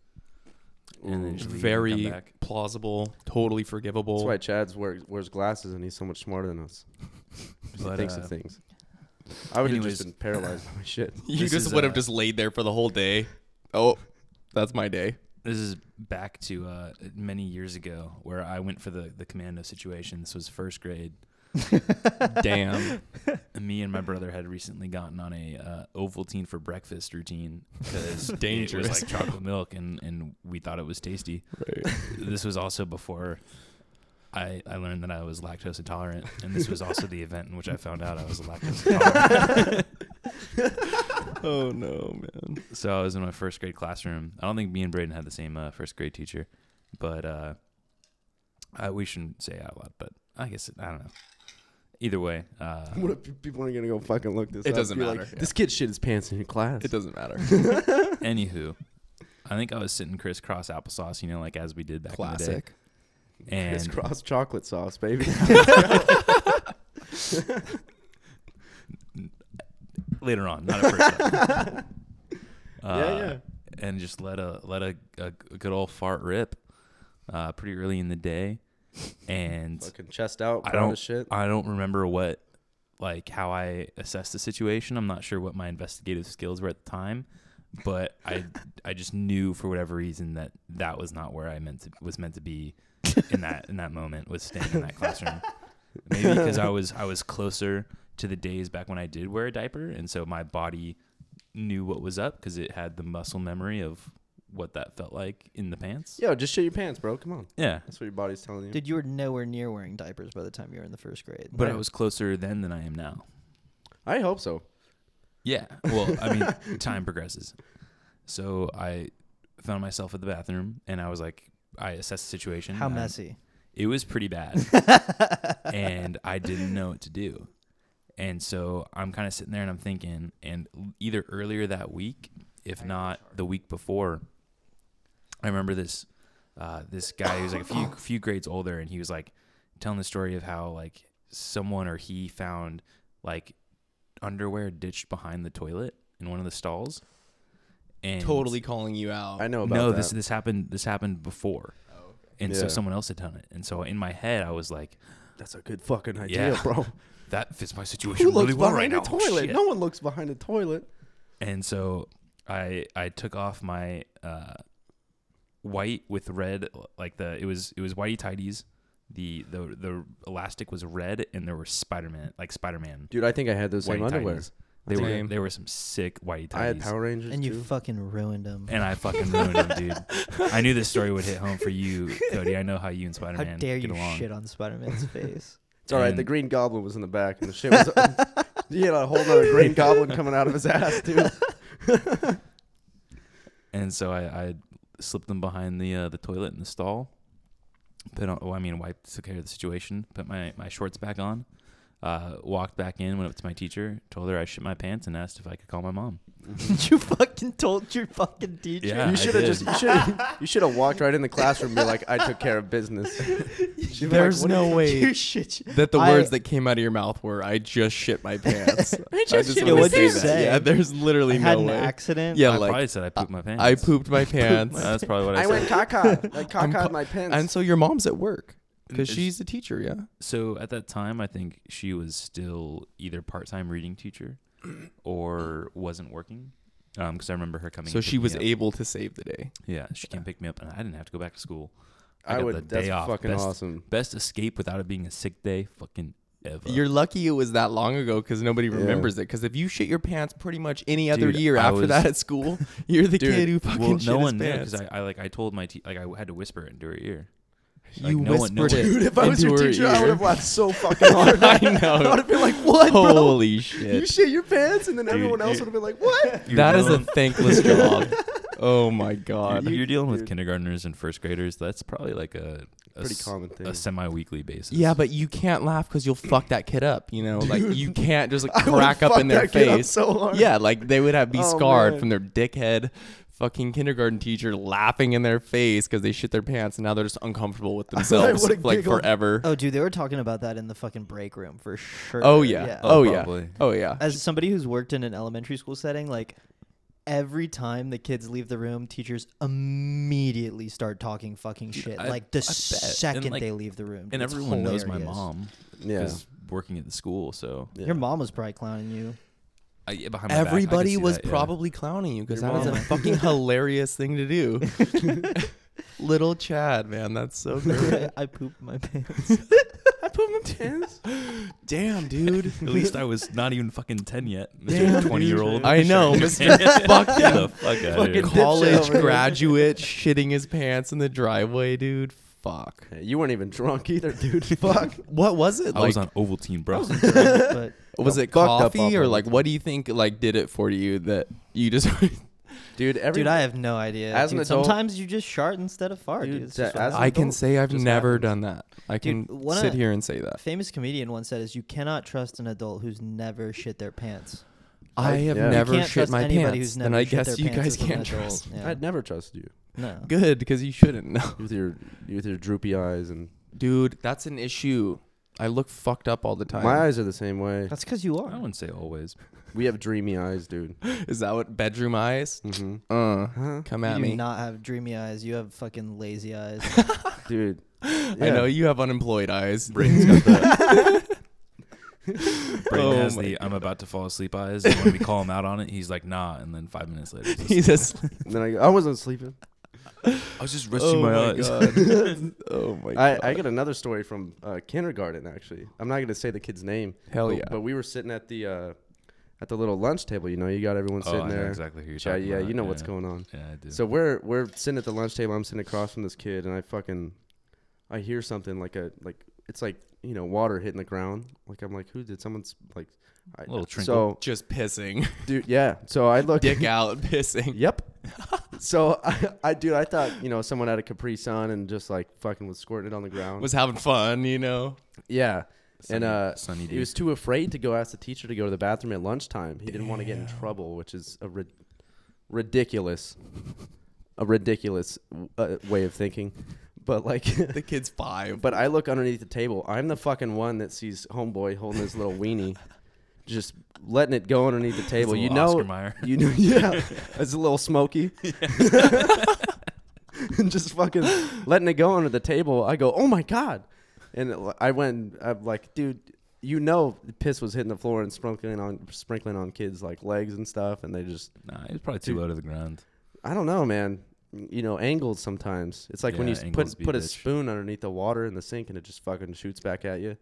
A: And then
B: Ooh.
A: just leave and come
D: very
A: back.
D: plausible totally forgivable
B: That's why Chad's wears, wears glasses and he's so much smarter than us. 'Cause he
A: But,
B: thinks
A: uh,
B: of things. I would have
A: anyways.
B: just been paralyzed by my shit.
D: you
A: This
D: just
A: is,
D: would
A: uh,
D: have just laid there for the whole day oh that's my day
A: This is back to uh, many years ago where I went for the, the commando situation. This was first grade.
D: Damn.
A: me and my brother had recently gotten on a uh, Ovaltine for breakfast routine because
D: Dangerous.
A: it was like chocolate milk, and and we thought it was tasty.
D: Right.
A: This was also before. I, I learned that I was lactose intolerant, and this was also the event in which I found out I was lactose intolerant.
D: Oh no, man.
A: so I was in my first grade classroom. I don't think me and Braden had the same uh, first grade teacher, but uh, I, we shouldn't say out loud. But I guess it, I don't know. Either way, uh,
B: What if pe- people aren't gonna go fucking look this?
D: It
B: up?
D: doesn't
B: Be like,
D: matter.
B: This kid shit his pants in your class.
D: It doesn't matter.
A: anywho, I think I was sitting crisscross applesauce, you know, like as we did back in the day.
D: Classic.
A: And
B: Crisscross chocolate sauce, baby.
A: later on, not at first. uh, though.
B: yeah, yeah.
A: And just let a let a, a good old fart rip, uh, pretty early in the day, and
B: Fucking chest out.
A: I
B: brown
A: don't-
B: as Shit.
A: I don't remember what like how I assessed the situation. I'm not sure what my investigative skills were at the time, but I I just knew for whatever reason that that was not where I meant to was meant to be in that in that moment was staying in that classroom. Maybe because I was I was closer to the days back when I did wear a diaper, and so my body knew what was up because it had the muscle memory of what that felt like in the pants.
B: Yo, just shit your pants, bro. Come on.
A: Yeah.
B: That's what your body's telling you.
C: Dude, you were nowhere near wearing diapers by the time you were in the first grade.
A: But I
B: Yeah.
A: was closer then than I am now.
B: I hope so.
A: Yeah. Well, I mean, time progresses. So I found myself at the bathroom and I was like, I assessed the situation.
C: How
A: I-
C: messy.
A: It was pretty bad. and I didn't know what to do. And so I'm kind of sitting there and I'm thinking, and either earlier that week, if not the week before, I remember this uh, this guy who's like a few few grades older, and he was like telling the story of how like someone or he found like underwear ditched behind the toilet in one of the stalls. And
D: Totally calling you out.
B: I know about
A: no,
B: that. Oh,
A: this this happened this happened before, and so
B: Yeah.
A: someone else had done it. And so in my head, I was like,
B: That's a good fucking idea,
A: Yeah.
B: bro.
A: that fits my situation
B: Who looks
A: really well
B: behind
A: right
B: the
A: now. Oh,
B: toilet?
A: shit.
B: no one looks behind the toilet.
A: And so I I took off my uh, white with red like the it was it was whitey tidies. The the the elastic was red and there were Spider Man like Spider Man
B: Dude, I think I had those same
A: whitey
B: underwear.
A: tidies. They were
D: Same.
A: they were some sick whitey tidies.
B: I had Power Rangers
C: and you
B: too.
C: fucking ruined them.
A: and I fucking ruined them, dude. I knew this story would hit home for you, Cody. I know how you and Spider
C: How
A: Man
C: dare
A: get
C: you
A: along.
C: shit on Spider Man's face?
B: it's all right.
A: and-
B: The Green Goblin was in the back, and the shit was. he had a whole other Green Goblin coming out of his ass, dude.
A: And so I, I slipped them behind the uh, the toilet in the stall. Put on, well, I mean, wiped, took care of the situation. Put my, my shorts back on. Uh, walked back in, went up to my teacher, told her I shit my pants, and asked if I could call my mom.
C: you fucking told your fucking teacher.
A: Yeah, I
B: you should have
A: did.
B: just you should you should have walked right in the classroom and be like, I took care of business. She'd be like,
D: There's
B: "What do you-
D: no way
C: You shit.
D: that the
C: I-
D: words that came out of your mouth were "I just shit my pants." I
C: just shit
D: wanna
C: my pants.
D: that. Yeah, there's
C: I
D: literally
C: had
D: no
C: an
D: way.
C: accident.
D: yeah,
A: I
D: like
A: probably said I pooped my pants.
D: I pooped my pants,
A: That's probably what I,
B: I
A: said.
B: went caca. I
D: I'm
B: caca
D: pu-
B: my pants.
D: and so your mom's at work because
A: It's-
D: she's a teacher. Yeah,
A: So at that time, I think she was still either part time reading teacher or wasn't working. Because I remember her coming.
D: so
A: and
D: she
A: picking
D: was
A: me up.
D: able to save the day.
A: Yeah, she came pick me up, and I didn't have to go back to school. I,
B: I,
A: got
B: would.
A: the
B: that's
A: day off.
B: fucking
A: Best-
B: awesome.
A: Best escape without it being a sick day, fucking ever.
D: You're lucky it was that long ago because nobody
B: Yeah.
D: remembers it. Because if you shit your pants pretty much any other
A: Dude,
D: year
A: I
D: after
A: was-
D: that at school, you're the
B: Dude,
D: kid who fucking
A: well,
D: shit
A: no
D: his
A: one knew
D: pants.
A: because I, I like I told my te- like I had to whisper it into her ear.
D: you
A: like, no one-
D: whispered
A: no one-
D: it.
B: Dude, if I was your
D: into her
B: teacher, I
D: ear.
B: would have laughed so fucking hard.
D: I know.
B: I would have been like, "What, bro?
D: Holy
B: You
D: shit!
B: shit your pants," and then
A: Dude,
B: everyone else
A: you-
B: would have been like, "What?"
A: You're
D: That is a
A: dealing-
D: thankless job. Oh my god.
A: You're, you're dealing with
B: dude.
A: kindergartners and first graders. That's probably like a, a
B: Pretty
A: s-
B: common thing.
A: a semi-weekly basis.
D: Yeah, but you can't laugh because you'll fuck that kid up. You know, like you can't just like
B: I would've
D: crack up
B: fucked
D: in their
B: that kid up
D: face.
B: so hard.
D: Yeah, like they would have be
B: Oh,
D: scarred
B: man.
D: from their dickhead fucking kindergarten teacher laughing in their face because they shit their pants and now they're just uncomfortable with themselves
B: would've
D: like
B: giggled.
D: forever.
C: Oh, dude, they were talking about that in the fucking break room for sure.
D: Oh yeah. Oh,
A: Oh,
D: yeah.
A: probably.
D: Oh yeah.
C: As somebody who's worked in an elementary school setting, like every time the kids leave the room, teachers immediately start talking fucking shit.
A: I-
C: like the
A: I bet. And,
C: second
A: like-
C: they leave the room.
A: and
C: It's
A: everyone knows my
C: hilarious.
A: mom
B: Yeah.
A: because working at the school. So
C: Your mom was probably clowning you.
A: I, yeah, behind my back, I could
D: Everybody
A: see
D: was
A: that, yeah.
D: probably clowning you because
B: Your
D: that is a
B: mom-
D: fucking hilarious thing to do. Little Chad, man, that's so great.
C: I pooped my pants.
D: I put him in tens. Damn, dude.
A: At least I was not even fucking 10 yet,
B: Damn,
A: Mr.
B: dude.
A: 20 year old.
D: I know, Mr. Fuck
A: Get the fuck out
B: Fucking
A: here.
B: dipshit
D: college
B: over here.
D: graduate shitting his pants in the driveway, dude. Fuck.
B: Hey, you weren't even drunk either, dude. Fuck.
D: What was it?
A: I
D: like,
A: was on Ovaltine, bro.
C: but
D: was
B: I
D: it
B: fucked up off
D: coffee or
B: of
D: like what do you think like did it for you that you just
B: Dude, every
C: dude, I have no idea.
B: As an
C: dude.
B: adult-
C: sometimes you just shart instead of fart.
B: Dude,
C: Dude, It's just
B: that-
C: what
B: as an
C: happens.
D: I can
B: adult,
D: say I've
B: just
D: never
B: happens.
D: done that. I can
C: Dude, one of
D: sit
C: the-
D: here and say that.
C: famous comedian once said is you cannot trust an adult who's never shit their pants.
D: I have
B: yeah. You
D: never
C: can't
D: shit
C: trust
D: my
C: anybody
D: pants.
C: who's
D: then
C: never
D: I
C: shit their
D: guess you
C: pants
D: guys
C: as an
D: can't
C: adult.
D: trust.
C: Yeah.
B: I'd never trust you
C: No.
D: Good because you shouldn't know,
B: with your with your droopy eyes and
D: dude. That's an issue. I look fucked up all the time.
B: my eyes are the same way.
C: That's because
D: Oh,
C: you
A: I
C: are.
A: wouldn't say always.
B: We have dreamy eyes, dude.
D: Is that what bedroom eyes?
A: Mm-hmm.
B: hmm
D: Uh,
B: Huh?
D: come
C: You
D: at
C: do
D: me.
C: not have dreamy eyes. You have fucking lazy eyes.
B: Dude,
D: I
B: Yeah.
D: know you have unemployed eyes.
A: Brayden's got that. Brayden
D: Oh
A: has
D: my
A: the I'm about to fall asleep eyes. And when we call him out on it, he's like, nah. And then five minutes later, he's
D: He's just
B: and then I, I wasn't sleeping.
A: I was just
B: Oh
A: resting my, eyes.
D: Oh God. oh my
B: I,
D: god.
B: I got another story from uh, kindergarten. Actually, I'm not gonna say the kid's name.
D: Hell
B: but,
D: yeah.
B: But we were sitting at the uh, at the little lunch table. You know, you got everyone
A: Oh,
B: sitting
A: I know
B: there.
A: exactly who you're
B: Yeah,
A: talking
B: yeah,
A: about.
B: you know what's
A: yeah.
B: going on.
A: Yeah, I do.
B: So we're we're sitting at the lunch table. I'm sitting across from this kid, and I fucking I hear something like a like it's like you know water hitting the ground. Like I'm like, who did someone's like I,
A: Little
B: So
A: trinkle.
D: just pissing,
B: dude, yeah. So I look.
D: dick out, pissing.
B: Yep. so I, I dude, I thought you know someone had a Capri Sun and just like fucking was squirting it on the ground.
D: Was having fun, you know.
B: yeah. and
A: Sunny-
B: uh,
A: Sunny
B: he
A: D.
B: was too afraid to go ask the teacher to go to the bathroom at lunchtime. He didn't want to get in trouble, which is a rid- ridiculous, a ridiculous uh, way of thinking. But like,
D: The kid's five.
B: but I look underneath the table. I'm the fucking one that sees homeboy holding his little weenie, just letting it go underneath the table. You
A: little
B: know,
A: Oscar Mayer.
B: you know, yeah, it's a little smoky. and just fucking letting it go under the table. I go, oh my god, and it- I went. I'm like, dude, you know, the piss was hitting the floor and sprinkling on sprinkling on kids like legs and stuff, and they just,
A: nah, he was probably too low to the ground.
B: I don't know, man. You know, angles sometimes. It's like when you
A: Yeah,
B: s-
A: angles
B: put
A: be
B: put a
A: bitch.
B: spoon underneath the water in the sink and it just fucking shoots back at you.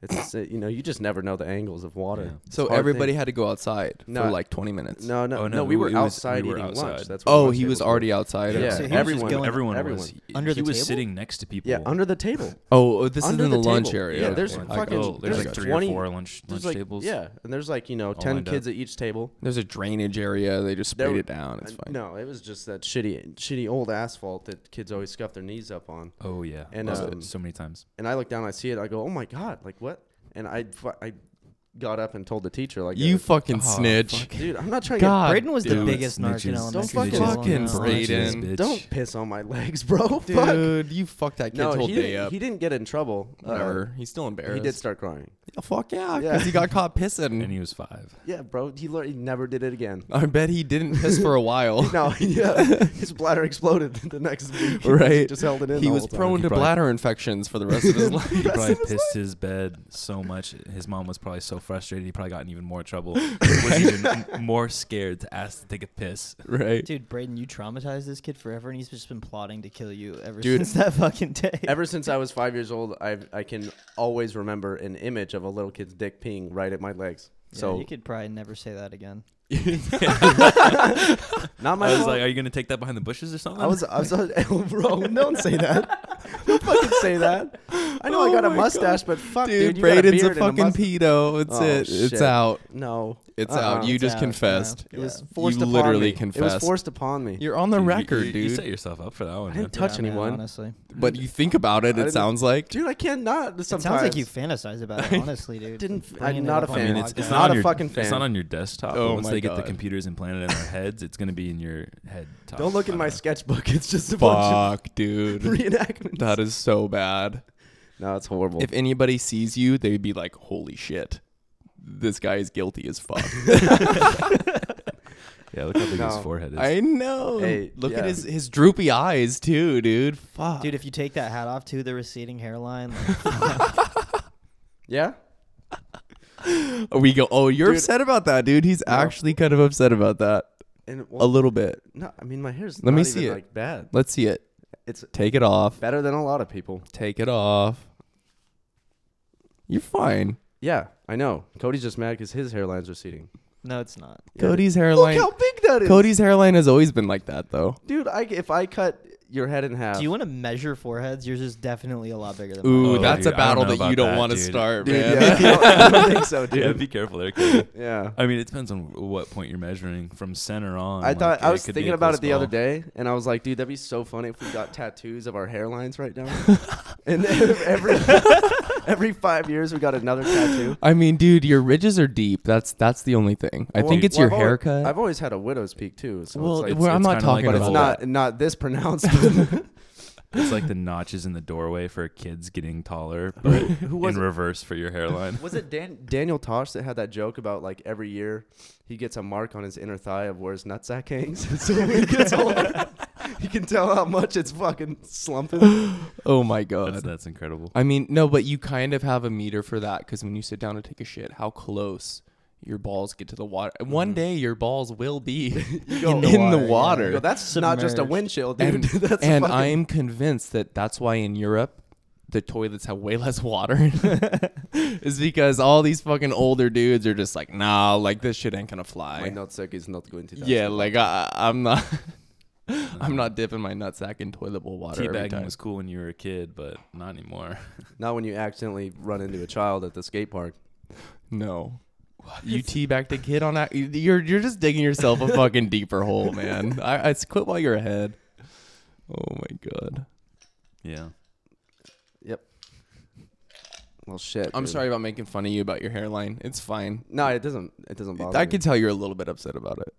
B: It's just, you know, you just never know the angles of water.
A: Yeah.
B: It's a
D: so
B: hard
D: everybody
B: thing.
D: had to go outside
B: No,
D: for like 20 minutes.
B: No, no,
A: Oh,
B: no,
A: no,
B: We
A: it
B: were
A: was- we
B: outside
A: were
B: eating lunch.
A: outside.
B: That's what
D: Oh,
B: lunch
D: he was
B: tables were.
D: already outside.
B: Yeah,
D: Okay.
C: So he was just
B: everyone,
C: going-
A: Everyone,
B: everyone.
A: was.
C: Under
A: he
C: the
A: was
C: table?
A: sitting next to people.
B: Yeah, under the table.
D: Oh, oh, this
B: Under
D: is in the,
B: the
D: lunch
B: table.
D: area.
B: Yeah, there's
D: okay.
A: like,
B: fucking-
A: oh, there's,
B: there's
A: like
B: like
A: three
B: 20
A: or four lunch
B: There's
A: lunch
B: like
A: tables.
B: yeah, and there's like you know ten
A: lined up.
B: kids at each table.
D: There's a drainage area. They just
B: There
D: sprayed
B: were-
D: it down. It's
B: Uh,
D: fine.
B: No, it was just that shitty, shitty old asphalt that kids always scuff their knees up on.
A: Oh yeah.
B: And,
A: And
B: um,
A: so many times.
B: And I look down, I see it, I go, oh my god, like what? And I, fu- I got up and told the teacher, like,
D: You
B: uh,
D: fucking
A: Oh,
D: snitch.
A: fuck.
B: dude, I'm not trying
D: God.
C: Braden was the
D: dude.
C: biggest narc in
A: Snitches.
C: elementary
B: Don't
C: school.
D: fucking
C: No.
D: Braden.
A: Snitches,
B: to.
A: bitch.
B: Don't piss on my legs, bro. Fuck.
D: Dude, you fucked that kid's
B: No,
D: whole
B: he,
D: day
B: didn't,
D: up.
B: he didn't get in trouble. Uh,
D: Whatever. He's still embarrassed.
B: he did start crying.
D: Oh, fuck yeah,
B: Yeah.
D: because he got caught pissing.
A: And he was five.
B: Yeah, bro. He, learned, he never did it again.
D: I bet he didn't piss for a while.
B: No, yeah, his bladder exploded the next week. He
D: Right.
B: just held it in.
D: he
B: the
D: was
B: whole time.
D: prone
A: He
D: to
A: probably-
D: bladder infections for the rest of his
A: He
D: life.
A: probably pissed his bed so much. His mom was probably so frustrated. He probably got in even more trouble. was even more scared to ask to take a piss.
D: right.
C: Dude, Braden, you traumatized this kid forever, and he's just been plotting to kill you ever
B: Dude.
C: since that fucking day.
B: Ever since I was five years old, I I can always remember an image of a little kid's dick peeing right at my legs.
C: Yeah,
B: so
C: you could probably never say that again.
B: not my
A: I was
B: fault.
A: like, "Are you gonna take that behind the bushes or something?"
B: I was I was oh, bro. Don't say that. Don't fucking say that. I know I
D: Oh
B: got a
D: my
B: mustache,
D: God.
B: but fuck, dude,
D: Dude,
B: you got a
D: Braden's
B: beard
D: a
B: and a
D: fucking
B: must-
D: pedo. It's
B: Oh,
D: it.
B: shit.
D: It's out.
B: No,
D: It's
B: Uh-uh.
D: out. You
C: It's
D: just
C: out, you know.
D: confessed.
B: It was
C: Yeah.
B: forced
D: You
B: upon
D: literally
B: me. It was
D: confessed.
B: forced upon me.
D: You're on the
A: You- you-
D: record,
A: you,
D: dude.
A: You set yourself up for that one.
B: I didn't
A: man.
B: touch
C: Yeah, man,
B: anyone,
C: honestly.
D: but you think about it.
B: I
D: It
B: didn't-
D: sounds like
B: dude. I can't not. Sometimes
C: It sounds like you fantasize about it, honestly, dude.
B: didn't.
C: Like, bringing
B: I'm
C: it
B: not a
C: up on
B: fan.
C: the
B: it's, it's
A: not
C: podcast.
B: not
A: on
B: a
A: your-
B: fucking fan.
A: It's not on your desktop.
D: Oh
A: but once
D: my
A: they get the
D: God.
A: computers implanted in their heads, it's gonna be in your head. top.
B: Don't look
A: I
B: in my
A: know.
B: sketchbook. It's just a bunch
D: fuck,
B: of
D: dude.
B: reenactments.
D: That is so bad.
B: no, it's horrible.
D: If anybody sees you, they'd be like, "Holy shit, this guy is guilty as fuck."
A: Yeah, look how big his
B: No.
A: forehead is.
D: I know.
B: Hey,
D: Look
B: yeah.
D: at his his droopy eyes too, dude. Fuck,
C: Dude, if you take that hat off too, the receding hairline. Like,
B: yeah,
D: we go. Oh, you're
B: Dude.
D: upset about that, dude. He's
B: No.
D: actually kind of upset about that
B: and
D: a
B: well,
D: little bit.
B: no, I mean my hair's.
D: Let
B: not
D: me
B: even,
D: see it.
B: Like bad.
D: Let's see it.
B: It's
D: Take it off.
B: better than a lot of people.
D: Take it off. You're fine.
B: Yeah, I know. Cody's just mad because his hairline's receding.
C: No, it's not.
D: Cody's hairline.
B: Look how big that is,
D: Cody's hairline has always been like that, though.
B: Dude, I, if I cut your head in half,
C: Do you want to measure foreheads? Yours is definitely a lot bigger than mine.
D: Ooh,
A: Oh,
D: that's
A: dude,
D: a
A: I
D: battle
A: don't know
D: that you
A: about
D: don't
A: that,
D: want to
A: dude.
D: start,
B: dude?
D: man.
B: Yeah, I, don't, I don't think so, dude.
A: Yeah, be careful there. Cody.
B: yeah.
A: I mean, it depends on what point you're measuring from center on.
B: I
A: like,
B: thought I
A: Oh it
B: was
A: could be
B: thinking
A: a
B: about
A: close
B: it the other
A: call.
B: day, and I was like, dude, that'd be so funny if we got tattoos of our hairlines right now. and then every every five years, we got another tattoo.
D: I mean, dude, your ridges are deep. That's that's the only thing. I
B: Well,
D: think it's
B: well,
D: your
B: I've always-
D: haircut.
B: I've always had a widow's peak too, so
D: well,
B: it's like,
D: we're-
A: it's-
D: I'm
A: it's
D: not
A: kinda like
D: talking
B: but
A: a
B: it's
D: about
A: whole-
D: that.
B: not not this pronounced.
A: It's like the notches in the doorway for kids getting taller, but
B: Who was
A: in
B: it?
A: reverse for your hairline.
B: Was it Dan- Daniel Tosh that had that joke about like every year he gets a mark on his inner thigh of where his nutsack hangs? so when he gets older, he can tell how much it's fucking slumping.
D: Oh my god.
A: That's, that's incredible.
D: I mean, no, but you kind of have a meter for that because when you sit down to take a shit, how close your balls get to the water. And One
A: Mhm.
D: day your balls will be
B: go
D: in,
B: Mm-hmm. in the
C: water,
D: the
C: yeah.
D: water.
B: Yo, that's not just a
C: Submerged.
B: windshield, dude.
D: And,
B: that's
D: and
B: fucking-
D: I'm convinced that that's why in Europe the toilets have way less water is because all these fucking older dudes are just like, nah, like this shit ain't gonna
B: my
D: fly.
B: nutsack is not going to. touch
D: Yeah,
B: the
D: like I, I'm not, I'm not dipping my nutsack in toiletable water every
A: Teabagging
D: time.
A: was cool when you were a kid, but not anymore.
B: Not when you accidentally run into a child at the skate park.
D: No. You teabagged a kid on that. You're you're just digging yourself a fucking deeper hole, man. I, I s- quit while you're ahead. Oh my god.
A: Yeah.
B: Well, shit.
D: I'm
B: dude.
D: sorry about making fun of you about your hairline. It's fine.
B: No, it doesn't. It doesn't bother.
D: I
B: me.
D: could tell you're a little bit upset about it.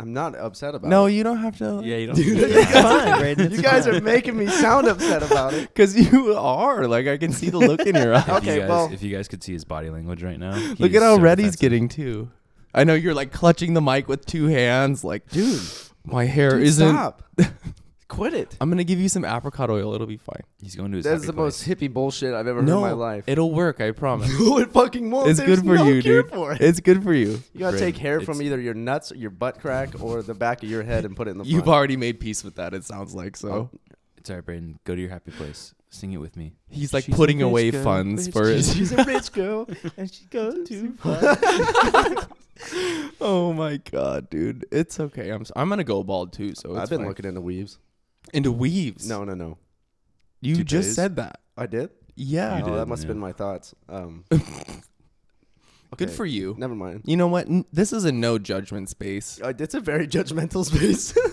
B: I'm not upset about.
D: no,
B: it.
D: you don't have to.
A: Yeah, you don't.
C: It's fine, Braden. It's
B: you guys
C: fine.
B: are making me sound upset about it.
D: Because you are. Like I can see the look in your eye.
A: If
B: Okay,
A: you guys,
B: well-
A: if you guys could see his body language right now,
D: look
A: he's
D: at how
A: so
D: red he's
A: defensive.
D: getting too. I know you're like clutching the mic with two hands. Like, dude, my hair
B: Dude,
D: isn't.
B: Stop. Quit it.
D: I'm gonna give you some apricot oil. It'll be fine.
A: He's going to his.
B: That's
A: happy
B: the
A: place.
B: most hippie bullshit I've ever heard in my life.
D: it'll work. I promise.
B: No, it fucking won't.
D: it's
B: There's
D: good for
B: no
D: you,
B: cure
D: dude.
B: for it.
D: It's good for you.
B: You gotta
A: Brandon,
B: take hair from
A: it's-
B: either your nuts, your butt crack, or the back of your head and put it in the.
D: You've
B: front. Oh,
D: already made peace with that. It sounds like so.
A: It's all right, Braden. Go to your happy place. Sing it with me.
D: He's like
A: She's a
D: putting
A: bitch,
D: away
A: girl.
D: funds
A: Bitch,
D: for his.
B: She's a rich girl.
C: And she goes too far.
D: oh my god, dude. It's okay. I'm. s- I'm gonna go bald too. So it's
B: I've been
D: fine.
B: looking into weaves.
D: into weaves.
B: No, no, no.
D: you
A: Toupees.
D: just said that.
B: I did.
D: Yeah.
A: You
B: oh,
A: did,
B: that must have
A: yeah.
B: been my thoughts. Um,
D: Good
B: okay.
D: for you.
B: Never mind.
D: You know what? N- This is a no judgment space.
B: Uh, it's a very judgmental space.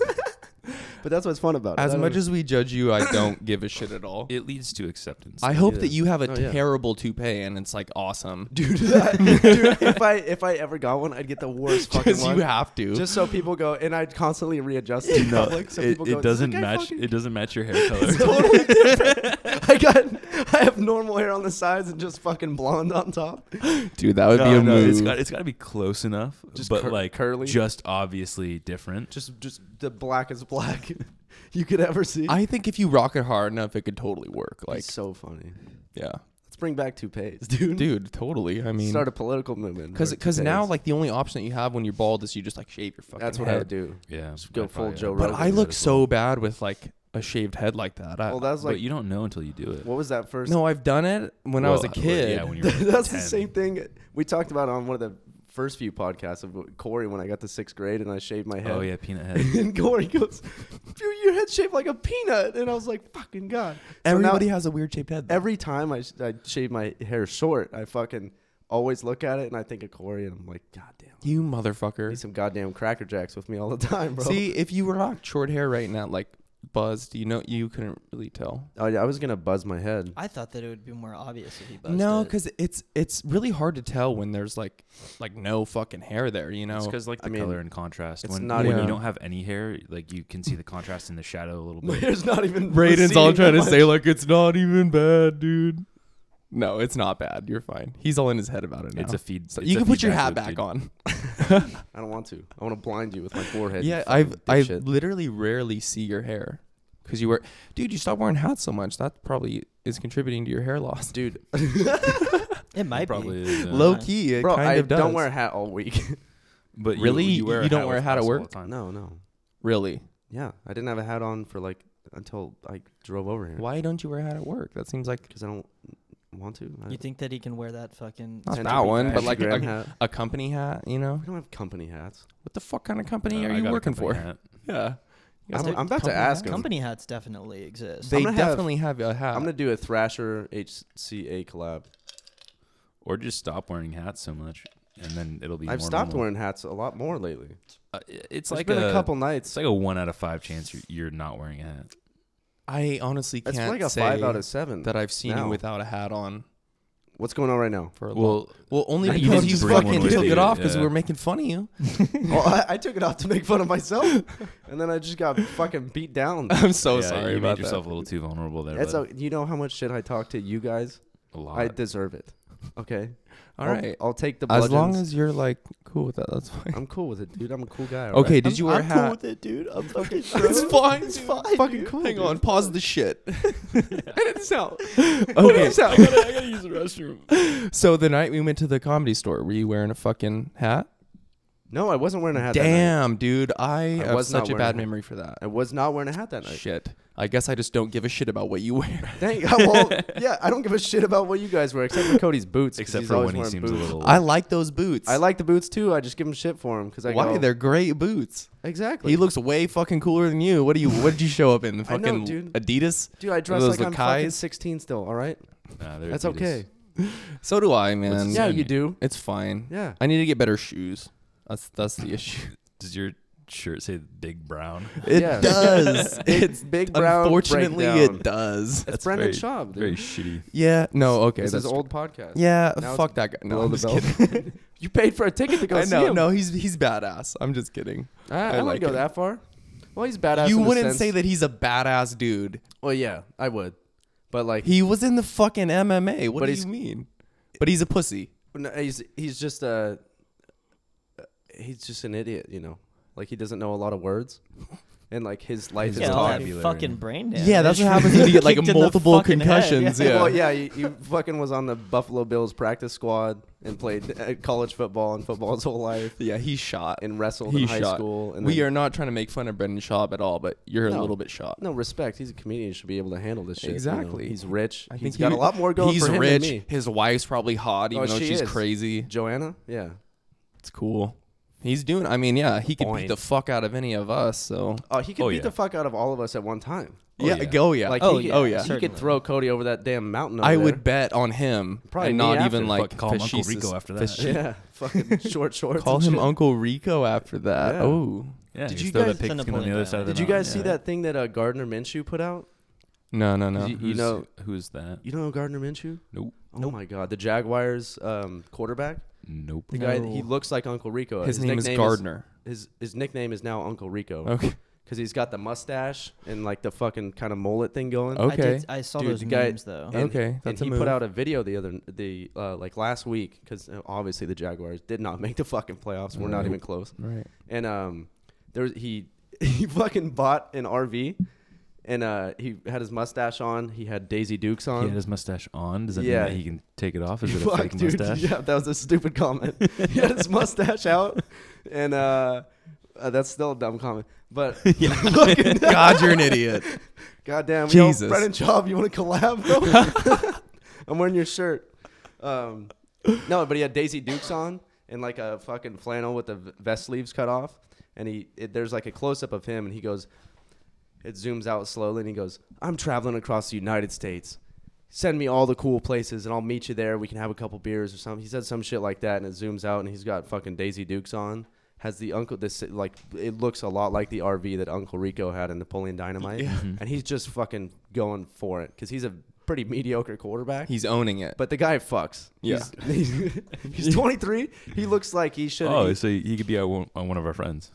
B: but that's what's fun about it.
D: As
B: I don't
D: much
B: know.
D: as we judge you, I don't give a shit at all.
A: It leads to acceptance.
D: I hope
B: yeah.
D: that you have a
B: Oh, yeah.
D: terrible toupee and it's like awesome.
B: dude, dude, if I if I ever got one, I'd get the worst fucking
D: Because
B: one.
D: you have to.
B: just so people go, and I'd constantly readjust it in
A: No,
B: public. So
A: it,
B: people
A: it
B: go,
A: doesn't
B: "This guy
A: match.
B: fucking
A: It doesn't match your hair color.
B: totally different. I got I have normal hair on the sides and just fucking blonde on top.
D: Dude, that would be
A: No,
D: a
A: no,
D: move.
A: It's got it's got to be close enough,
B: Just
A: but
B: cur-
A: like
B: curly?
A: just obviously different.
B: Just just the blackest black you could ever see.
D: I think if you rock it hard enough, it could totally work. Like,
B: it's so funny.
D: yeah,
B: Let's bring back toupees, dude.
D: dude, totally. I mean,
B: Start a political movement.
D: because
B: for
D: because now
B: toupees.
D: like the only option that you have when you're bald is you just like shave your fucking.
B: that's what I
D: head.
B: would do.
A: yeah,
B: Just go
A: I'd
B: full
A: probably-
B: Joe
D: But
B: Rogan
D: I
B: did
D: look
B: it as
D: so bad with like a shaved head like that. I,
B: Well, that was
A: But
B: like
A: you don't know until you do it.
B: what was that first?
D: Uh, no, I've done it when I was a
A: Well,
D: kid.
A: Yeah, when you were like
B: that's
A: 10.
B: the same thing we talked about on one of the first few podcasts of Corey when I got to sixth grade and I shaved my head.
A: Oh yeah, peanut head.
B: and Corey goes, "Dude, your head's shaped like a peanut," and I was like, "Fucking god!" So now-
D: Everybody has a weird shaped head. though.
B: every time I, I shave my hair short, I fucking always look at it and I think of Corey and I'm like, God damn,
D: you
B: I
D: motherfucker.
B: need some goddamn Cracker Jacks with me all the time, bro.
D: See, if you were not short hair right now, like buzzed, you know, you couldn't really tell.
B: oh, yeah, I was gonna buzz my head.
C: I thought that it would be more obvious if he buzzed
D: No,
C: it.
D: because it's it's really hard to tell when there's like like no fucking hair there. You know,
A: It's because like
B: I
A: the
B: mean,
A: color and contrast.
B: it's
A: when
B: not
A: when
D: even-
A: you don't have any hair, like you can see the contrast in the shadow a little
B: My
A: bit.
B: hair's not even.
D: Raiden's all
B: receding
D: trying to
B: that
D: say
B: much.
D: like it's not even bad, dude. No, it's not bad. You're fine. He's all in his head about it now.
A: It's a feed.
D: So
A: it's
D: you
A: a
D: can put your
A: feedback
D: hat
A: loop,
D: back
A: dude.
D: on.
B: I don't want to. I want to blind you with my forehead. you
D: yeah,
B: fucking
D: I've I
B: dipshit.
D: literally rarely see your hair because you wear, dude. You stop wearing hats so much. That probably is contributing to your hair loss, dude.
C: it might
A: Probably
C: be.
A: is, yeah.
D: Low key, it
B: Bro,
D: kind
B: I
D: of does.
B: don't wear a hat all week.
A: But you-
D: Really?
A: you,
D: You don't
A: hat
D: wear a
A: with
D: hat at
A: us all
D: work?
A: the time.
B: no, no.
D: really.
B: Yeah, I didn't have a hat on for like until I drove over here.
D: Why don't you wear a hat at work? That seems like
B: Because I don't. want to. I
C: You think that he can wear that fucking?
D: Not
B: tend to
D: that
B: be
D: one, but
B: Ashley
D: like
B: Graham
D: a,
B: hat.
D: a company hat, you know?
B: We don't have company hats.
D: What the fuck kind of company
A: Uh,
D: are
A: I got
D: you
A: a
D: working
A: company
D: for?
A: hat.
D: Yeah. You guys
B: I'm-
D: have
B: I'm about to
D: company
B: ask
D: hats?
B: him.
C: Company hats definitely exist.
B: I'm
D: They
B: gonna have-
D: definitely have, a hat.
B: I'm gonna do a Thrasher HCA collab.
A: Or just stop wearing hats so much, and then it'll be.
B: I've
A: more
B: stopped
A: normal.
B: wearing hats a lot more lately.
A: Uh, it's
B: It's
A: like
B: been a,
A: a
B: couple
A: It's
B: nights.
A: like a one out of five chance you're, you're not wearing a hat.
D: I honestly can't
B: It's like a
D: say
B: five out of seven.
D: that I've seen
B: now.
D: you without a hat on
B: What's going on right now?
D: for a well,
A: Well,
D: well, only
A: I
D: because
A: didn't
D: you
A: bring one
D: fucking
A: with
D: took
A: you,
D: it off because
A: yeah.
D: we were making fun of you.
B: well, I, I took it off to make fun of myself, and then I just got fucking beat down.
D: I'm so
A: yeah,
D: sorry
A: you
D: about
A: made yourself
D: that.
A: a little too vulnerable there.
B: That's
A: bud.
B: a, you know how much shit I talk to you guys.
A: a lot.
B: I deserve it. Okay.
D: All
B: I'll-
D: right.
B: I'll, take the.
D: As long
B: bludgeons.
D: as you're like cool with that, that's fine.
B: I'm cool with it, dude. I'm a cool guy. all
D: Okay,
B: right?
D: did you wear
C: I'm
D: a hat?
C: cool with it, dude. I'm fucking.
D: It's
C: bro.
D: fine.
C: It's
D: dude.
C: fine.
D: Fucking
B: dude.
D: cool.
B: Hang on,
D: Pause the shit. Edit this out.
B: Okay.
D: Okay.
A: I, gotta, I gotta use the restroom.
D: So the night we went to the comedy store, were you wearing a fucking hat?
B: No, I wasn't wearing a hat. that night.
D: Damn, dude. I, have
B: was not
D: such a
B: wearing a
D: bad
B: hat.
D: memory for that.
B: I was not wearing a hat that night.
D: Shit. I guess I just don't give a shit about what you wear.
B: Dang. Well, yeah, I don't give a shit about what you guys wear except for Cody's boots. 'cause
A: Except
B: he's
A: for
B: always
A: when he
B: wearing
A: seems
B: boots.
A: a little.
D: I like those boots.
B: I like the boots too. I just give him shit for them because I
D: Why?
B: go,
D: They're great boots.
B: exactly.
D: He looks way fucking cooler than you. What do you? What did you show up in?
B: I know,
D: Fucking
B: dude.
D: Adidas.
B: dude. I dress
D: those
B: like I'm fucking
D: Lakais?
B: 16 still. All right,
A: Nah, they're
B: that's
A: Adidas.
B: okay.
D: So do I, man.
A: his
B: Yeah,
A: name?
B: you do.
D: It's fine.
B: Yeah.
D: I need to get better shoes. That's that's the issue.
A: Does your shirt say Big Brown?
D: It
B: Yeah.
D: does.
B: Big-
D: it's
B: big brown
D: Unfortunately,
B: breakdown.
D: it does.
B: That's Brendan
A: very-
B: Schaub. dude.
A: Very shitty.
D: Yeah. No. Okay.
B: this
D: that's
B: is old podcast.
D: Yeah.
B: Now it's
D: fuck that guy. No,
B: Below
D: I'm
B: the
D: just
B: belt.
D: kidding.
B: You paid for a ticket to go
D: I
B: see
D: know.
B: him.
D: No, he's he's badass. I'm just kidding.
B: I, I,
D: I
B: wouldn't
D: like
B: go
D: it.
B: that far. Well, he's badass.
D: you
B: in the
D: wouldn't
B: sense-
D: say that he's a badass dude.
B: Well, yeah, I would. But like,
D: He was in the fucking MMA. What
B: But
D: do
B: he's-
D: you mean? But he's a pussy.
B: no, he's he's just a he's just an idiot. You know, like he doesn't know a lot of words, and like his life
A: He's
B: is
C: Yeah, all
B: taught.
C: that
A: Vocabulary.
C: fucking brain damage.
D: Yeah, that's what happens when you get like
C: Kicked in the
D: multiple
C: fucking head,
D: concussions.
C: yeah.
D: Yeah.
B: Well, yeah, he, he fucking was on the Buffalo Bills practice squad and played uh, college football and football his whole life
D: Yeah, He shot.
B: and wrestled
D: He
B: in high
D: shot.
B: school. And
D: we
B: then-
D: are not trying to make fun of Brendan Schaub at all, but you're
B: No.
D: a little bit shot.
B: no respect. He's a comedian. He should be able to handle this shit. you know.
D: Exactly.
B: He's rich.
D: I
B: he's
D: think
B: got
D: he-
B: a lot more going
D: he's
B: for him
D: rich.
B: than me.
D: His wife's probably hot, even
B: Oh,
D: though
B: she
D: she's
B: is.
D: crazy.
B: Joanna, yeah.
D: It's cool. He's doing. I mean, yeah, he could
B: Boing.
D: beat the fuck out of any of us. So
B: Oh, he could
A: Oh,
B: beat
A: yeah.
B: the fuck out of all of us at one time.
A: Oh, yeah.
D: go yeah.
B: Like
D: oh,
B: he
D: yeah.
B: could,
D: oh yeah.
B: he could
C: Certainly.
B: throw Cody over that damn mountain. Over
D: I
B: there.
D: would bet on him,
B: Probably
D: and
B: me
D: not
B: after.
D: even like
A: Fuck, call him Uncle
D: facetious-
A: Rico after that.
D: faci-
B: Yeah, fucking short shorts.
D: Call
B: and
D: him
B: shit.
D: Uncle Rico after that.
B: Yeah.
D: Oh
A: Yeah,
B: Did
A: just
B: you
A: throw
B: guys-
A: that pigskin
C: Send a
A: on the
C: point
A: other
C: back.
A: side of the
B: Did you
A: mountain,
B: guys see
A: yeah.
B: that thing that uh, Gardner Minshew put out?
D: no no no.
B: You- you
A: Who's-
B: know-
A: who's that?
B: You know Gardner Minshew?
A: Nope.
B: Oh my God, the Jaguars um, quarterback.
A: Nope.
B: The guy,
C: No.
B: he looks like Uncle Rico.
D: His, name is
B: nickname
D: Gardner.
B: his his nickname is now Uncle Rico because
D: okay.
B: he's got the mustache and like the fucking kind of mullet thing going.
D: Oh,
C: I, did,
D: Okay.
C: I saw
B: Dude,
C: those
B: the guy-
C: memes though.
B: And-
D: okay, that's a
B: and he
D: move.
B: put out a video the other the uh, like last week because obviously the Jaguars did not make the fucking playoffs. We're not
D: Right.
B: even close.
D: right.
B: and um, there was, he he fucking bought an RV, and uh, he had his mustache on. He had Daisy Dukes
A: He
B: on.
A: had his mustache on. Does that
B: Yeah.
A: mean that he can take it off? Is it a
B: Fuck,
A: fake
B: dude,
A: mustache?
B: Yeah, that was a stupid comment. he had his mustache out, and uh, uh, that's still a dumb comment. But fucking-
D: God, you're an idiot.
B: goddamn, yo,
D: Jesus.
B: Brendan Schaub, you want to collab? bro? I'm wearing your shirt. Um, no, but he had Daisy Dukes on and like a fucking flannel with the v- vest sleeves cut off, and he it, there's like a close up of him, and he goes, it zooms out slowly, and he goes, I'm traveling across the United States. Send me all the cool places, and I'll meet you there. We can have a couple beers or something. He said some shit like that, and it zooms out, and he's got fucking Daisy Dukes on. Has the uncle this like it looks a lot like the RV that Uncle Rico had in Napoleon Dynamite,
A: Mhm.
D: Mm-hmm.
B: and he's just fucking going for it because he's a pretty mediocre quarterback.
D: He's owning it.
B: But the guy fucks.
D: Yeah.
B: He's, he's, he's 23. He looks like he should.
A: Oh,
B: Oh,
A: so he could be on one, on one of our friends.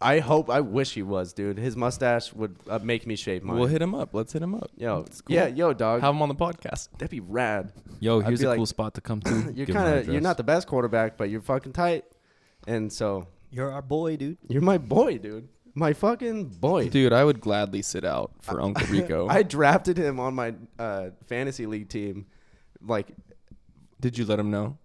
B: I hope. I wish he was, dude. His mustache would uh, make me shave mine.
D: We'll hit him up. Let's hit him up.
B: yo,
D: It's cool.
B: yeah, yo, dog.
D: Have him on the podcast.
B: That'd be rad.
A: Yo,
B: I'd
A: here's
B: be
A: a
B: like,
A: cool spot to come to.
B: You're
A: Give him my
B: kind of. You're
A: address.
B: not the best quarterback, but you're fucking tight. And so
C: You're our boy, dude.
B: you're my boy, dude. My fucking boy.
D: Dude, I would gladly sit out for Uncle Rico.
B: I drafted him on my uh, fantasy league team. Like,
D: Did you let him know?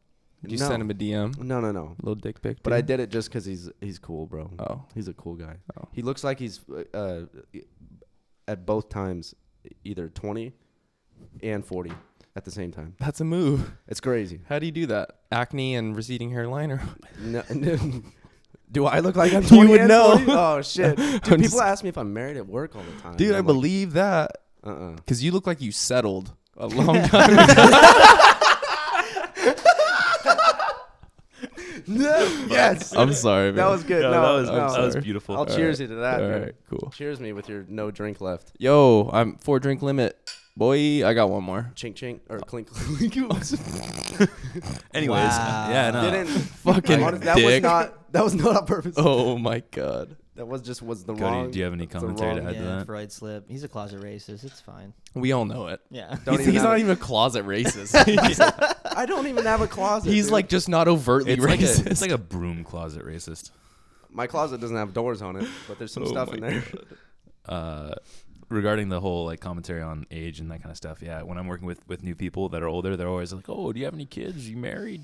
D: Did you
B: No.
D: send him a DM?
B: no, no, no.
D: Little dick pic.
B: But I
D: dude?
B: did it just because he's he's cool, bro.
D: Oh.
B: He's a cool guy.
D: Oh.
B: He looks like he's uh, at both times either 20 and 40. at the same time.
D: That's a move.
B: It's crazy.
D: How do you do that? Acne and receding hairline, or
B: No, do I look like I'm
D: You
B: 20
D: would
B: and
D: know.
B: 40? Oh shit! Dude,
D: I'm
B: people
D: just-
B: ask me if I'm married at work all the time.
D: dude? I believe that
B: Uh uh
D: because you look like you settled a long time. ago.
B: yes,
D: I'm sorry.
B: that
D: man.
B: was good. No,
A: that was
B: no.
A: that was
D: sorry.
A: beautiful.
B: I'll cheers you to that.
D: All
B: dude.
D: right, cool.
B: Cheers me with your no drink left.
D: Yo, I'm four drink limit. Boy, I got one more.
B: Chink chink
D: Oh.
B: or clink clink.
A: Anyways,
C: Wow.
A: yeah, no.
B: Didn't
D: Fucking
B: honest- that
D: dick.
B: was not that was not on purpose.
D: Oh my god.
B: That was just was the
A: Cody,
B: wrong.
A: do you have any
B: that's the
A: commentary to
B: wrong-
A: add to
C: Yeah,
A: that?
C: Freud slip. He's a closet racist. It's fine.
D: We all know it.
C: Yeah.
B: Don't
D: he's
B: even
D: he's
B: have
D: not
B: it.
D: even a closet racist. he's
B: I don't even have a closet.
D: he's
B: dude.
D: like just not overtly
A: It's like, a,
D: racist.
A: it's like a broom closet racist.
B: my closet doesn't have doors on it, but there's some
D: Oh
B: stuff
D: my
B: in there.
A: uh, regarding the whole like commentary on age and that kind of stuff. Yeah, when I'm working with with new people that are older, they're always like, "Oh, do you have any kids? You married?"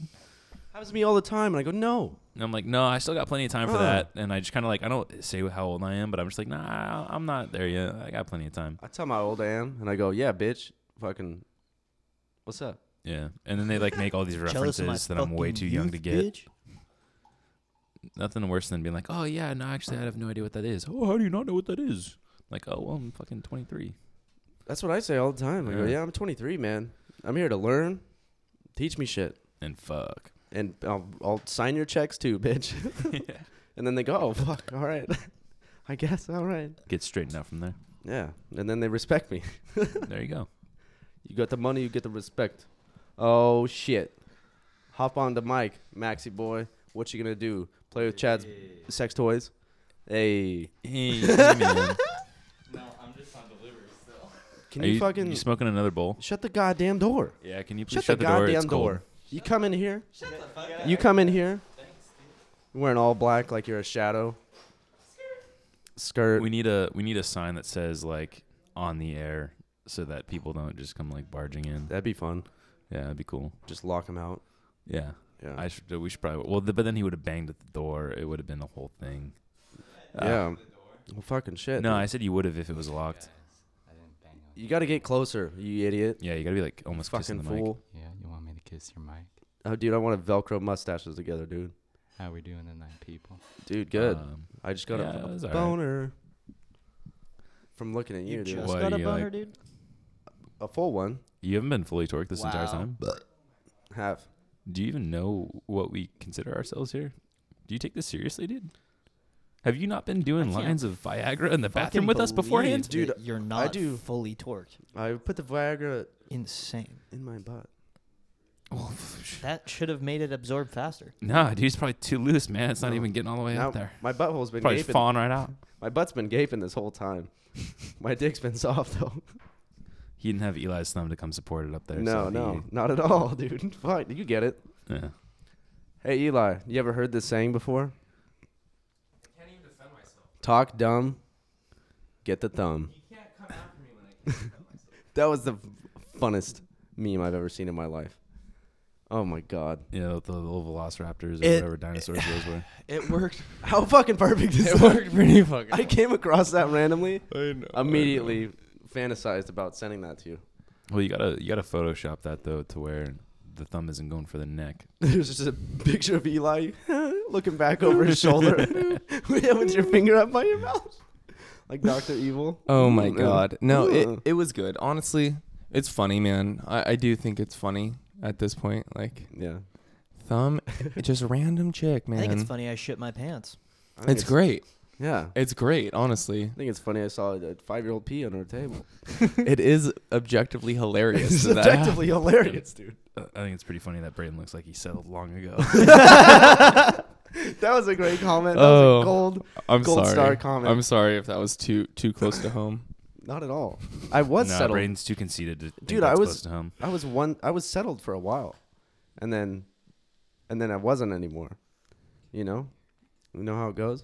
B: Happens to me all the time, and I go no.
A: And I'm like, "No, I still got plenty of time for
B: Huh.
A: that." And I just kind of like, I don't say how old I am, but I'm just like, "Nah, I'm not there yet. I got plenty of time."
B: I tell my old I am, and I go yeah, bitch, fucking, what's up?
A: Yeah. And then they like make all these
C: Jealous of my
A: references that I'm way
C: fucking
A: too young to
C: youth,
A: get.
C: bitch?
A: Nothing worse than being like, "Oh yeah, no, actually, I have no idea what that is." Oh, how do you not know what that is? Like, oh well, I'm fucking 23.
B: That's what I say all the time. I go
A: Yeah.
B: yeah, I'm 23, man. I'm here to learn. Teach me shit,
A: And fuck.
B: and I'll, I'll sign your checks too, bitch. And then they go, oh fuck, all right, I guess, all right.
A: Get straightened out from there.
B: Yeah, and then they respect me.
A: there you go.
B: You got the money, you get the respect. Oh shit! Hop on the mic, Maxi boy. What you gonna do? Play with Chad's sex toys? Hey,
A: Hey, man.
B: can
A: Are
B: you, fucking
A: you smoking another bowl?
B: shut the goddamn door?
A: Yeah, can you please
B: Shut,
A: shut,
B: the,
A: door?
B: goddamn
A: It's
B: door!
A: cold.
B: You come in here. Shut the fuck you come in here. Wearing all black like you're a shadow. Skirt.
A: We need a we need a sign that says like on the air so that people don't just come like barging in.
B: That'd be fun.
A: Yeah, that'd be cool.
B: Just lock him out.
A: Yeah,
B: Yeah.
A: I should. We should probably. Well, th- but then he would have banged at the door. It would have been a whole thing. Uh,
B: yeah. Well, fucking shit.
A: No,
B: dude.
A: I said you would have if it was locked.
B: You got to get closer, you idiot.
A: Yeah, you gotta be like almost kissing
B: fucking
A: the mic.
B: fool.
E: Yeah, you want me to kiss your mic?
B: Oh, dude, I want to Velcro mustaches together, dude.
E: How we doing tonight, people?
B: Dude, good.
A: Um,
B: I just got
A: yeah,
B: a
A: it was alright.
B: boner from looking at you,
C: You
B: dude.
C: just
A: What,
C: got a
A: you like-
C: boner, dude.
B: A full one,
A: You haven't been fully torqued this entire
C: Wow.
A: time.
B: half.
A: Do you even know what we consider ourselves here? Do you take this seriously, dude? Have you not been doing
C: can't
A: lines of Viagra in the bathroom
C: Fucking
A: with us
C: believe
A: beforehand?
C: that
B: Dude,
C: You're not
B: do-
C: fully torqued.
B: I put the Viagra
C: Insane.
B: in my butt.
C: That should have made it absorb faster.
A: Nah, dude, it's probably too loose, man. It's not
B: No.
A: even getting all the way
B: now
A: up there.
B: my butthole's been
A: Probably
B: gaping.
A: falling right out.
B: My butt's been gaping this whole time. my dick's been soft though.
A: He didn't have Eli's thumb to come support it up there.
B: no,
A: so
B: no, not at all, dude. Fine, you get it.
A: He, yeah.
B: Hey Eli, you ever heard this saying before? Talk dumb, get the thumb. that was the funnest meme I've ever seen in my life. Oh my god,
A: You know, the little velociraptors or
B: It-
A: whatever dinosaurs those were.
D: it worked.
B: how fucking perfect is
D: It
B: that?
D: worked pretty fucking.
B: I came across that randomly.
D: well. I know, I know.
B: Immediately fantasized about sending that to you.
A: Well, you gotta you gotta Photoshop that though to where the thumb isn't going for the neck.
B: There's just a picture of Eli looking back over his shoulder with your finger up by your mouth, like Doctor Evil.
D: Oh my
B: Mm, uh,
D: god. No,
B: uh.
D: it it was good. Honestly, it's funny, man. I, I do think it's funny at this point. Like
B: Yeah,
D: thumb, it's just a random chick, man.
C: I think it's funny. I shit my pants.
B: I
D: It's,
B: think
D: great.
B: Yeah,
D: It's great, honestly.
B: I think it's funny. I saw a five-year-old pee under a table.
D: it is objectively hilarious.
B: It's
D: that that
B: objectively hilarious, dude.
A: Uh, I think it's pretty funny that Brayden looks like he settled long ago.
B: that was a great comment. That was
D: Oh.
B: a gold.
D: happened. I'm
B: Gold
D: sorry.
B: star comment.
D: I'm sorry if that was too too close to home.
B: Not at all. I was
A: nah,
B: settled.
A: Brayden's too conceited to think
B: Dude,
A: that's
B: I was-
A: close to home.
B: I was one. I was settled for a while, and then, and then I wasn't anymore. You know, you know how it goes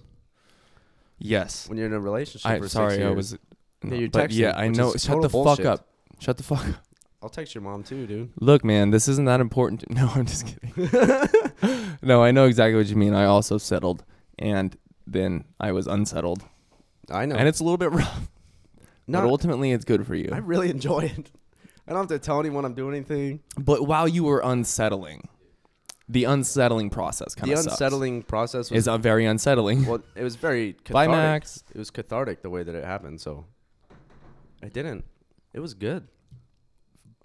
D: Yes.
B: when you're in a relationship.
D: I'm
B: for
D: sorry.
B: six
D: I
B: years.
D: was.
B: Yeah, you
D: but
B: texted,
D: yeah, I
B: which
D: know.
B: is
D: Shut
B: total
D: the
B: bullshit.
D: fuck up. Shut the fuck up.
B: I'll text your mom too, dude.
D: Look, man, this isn't that important. to- No, I'm just kidding. no, I know exactly what you mean. I also settled, and then I was unsettled,
B: I know.
D: and it's a little bit rough.
B: Not-
D: but ultimately, it's good for you.
B: I really enjoy it. I don't have to tell anyone I'm doing anything.
D: But while you were unsettling, the unsettling process kind
B: The
D: of
B: unsettling process was
D: is uh, very unsettling.
B: well, it was very cathartic.
D: Bye, Max.
B: It was cathartic the way that it happened. So I didn't. It was good.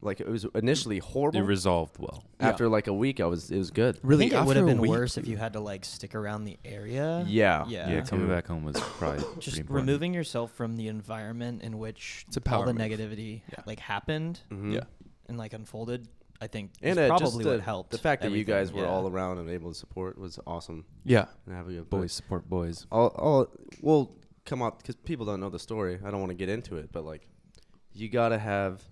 B: Like it was initially horrible.
A: It resolved well.
D: Yeah.
B: After like a week, I was it was good.
D: Really,
C: I think it would have
D: after a
C: been
D: week-
C: worse if you had to like stick around the area.
B: Yeah.
C: Yeah.
A: Yeah, coming back home was probably
C: Just
A: pretty important.
C: removing yourself from the environment in which
D: It's a
C: all
D: power
C: the
D: move.
C: negativity
D: Yeah.
C: like happened
B: Mhm.
D: Yeah.
C: and like unfolded. I think
B: And
C: is
B: it
C: probably
B: just the,
C: what helped.
B: The fact that
C: everything,
B: you guys were
C: yeah.
B: all around and able to support was awesome.
D: Yeah.
B: And have a good
A: boys support boys.
B: I'll, I'll we'll come up because people don't know the story. I don't want to get into it, but like, you gotta have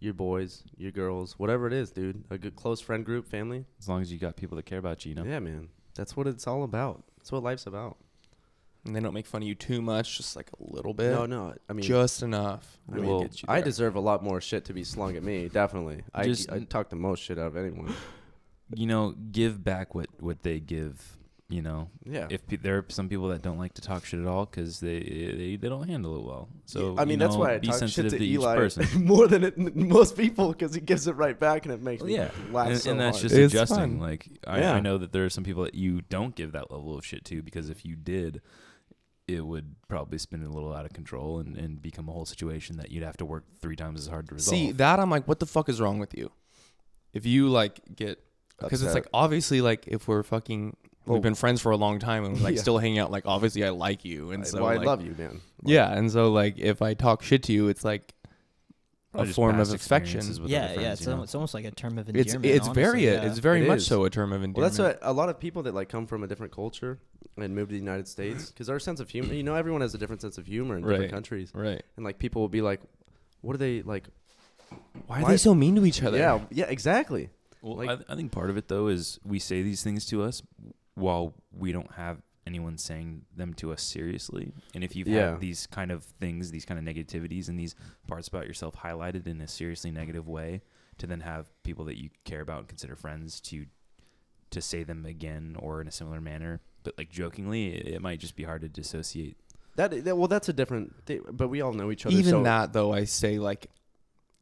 B: your boys, your girls, whatever it is, dude. A good close friend group, family.
A: As long as you got people that care about you, you know.
B: Yeah, man. That's what it's all about. That's what life's about.
D: And they don't make fun of you too much, just like a little bit.
B: no, no. I mean,
D: just enough.
B: I,
D: to
B: mean,
A: Well,
D: get you
B: I
D: there.
B: deserve a lot more shit to be slung at me. Definitely. I
A: Just-
B: I talk the most shit out of anyone.
A: You know, give back what what they give. You know,
B: Yeah.
A: if pe- there are some people that don't like to talk shit at all because they, they they don't handle it well. So
B: I
A: you
B: mean, that's
A: know,
B: why I
A: be
B: talk shit
A: sensitive
B: to,
A: each
B: Eli
A: person.
B: more than it, most people because he gives it right back and it makes
A: Well,
B: me
A: yeah,
B: laugh
A: and,
B: so
A: and that's
B: hard.
A: just
D: It's
A: adjusting.
D: fun.
A: Like I,
B: Yeah.
A: I know that there are some people that you don't give that level of shit to because if you did, it would probably spin a little out of control and, and become a whole situation that you'd have to work three times as hard to resolve.
D: See that I'm like, what the fuck is wrong with you? If you like get, because it's
B: Upset.
D: like obviously like if we're fucking,
B: Oh.
D: we've been friends for a long time and we're like
B: Yeah.
D: still hanging out. Like obviously I like you, and
B: I-
D: so
B: well, I
D: like,
B: love you, man.
D: Yeah, and so like if I talk shit to you, it's like
A: Probably
D: a
A: just
D: form of
A: past
D: affection.
A: experiences with
C: yeah,
A: other
C: yeah.
A: friends, you
C: It's,
A: know?
C: al- it's almost like a term of
D: It's
C: endearment.
D: it's
C: honestly,
D: very uh,
C: yeah.
D: it's very
B: It
D: much
B: is.
D: so a term of endearment.
B: Well, that's what a lot of people that like come from a different culture and move to the United States because our sense of humor, you know, everyone has a different sense of humor in
D: Right.
B: different countries,
D: right.
B: and like people will be like, "What are they like?"
D: Why are
B: Why-
D: they so mean to each other?
B: Yeah, yeah, exactly.
A: Well,
B: Like-
A: I, I think part of it though is we say these things to us while we don't have anyone saying them to us seriously. And if you've
B: Yeah.
A: had these kind of things, these kind of negativities, and these parts about yourself highlighted in a seriously negative way, to then have people that you care about and consider friends to to say them again or in a similar manner, but like jokingly, it, it might just be hard to dissociate.
B: That, that well, that's a different. They, but we all know each other.
D: Even
B: so-
D: that though, I say like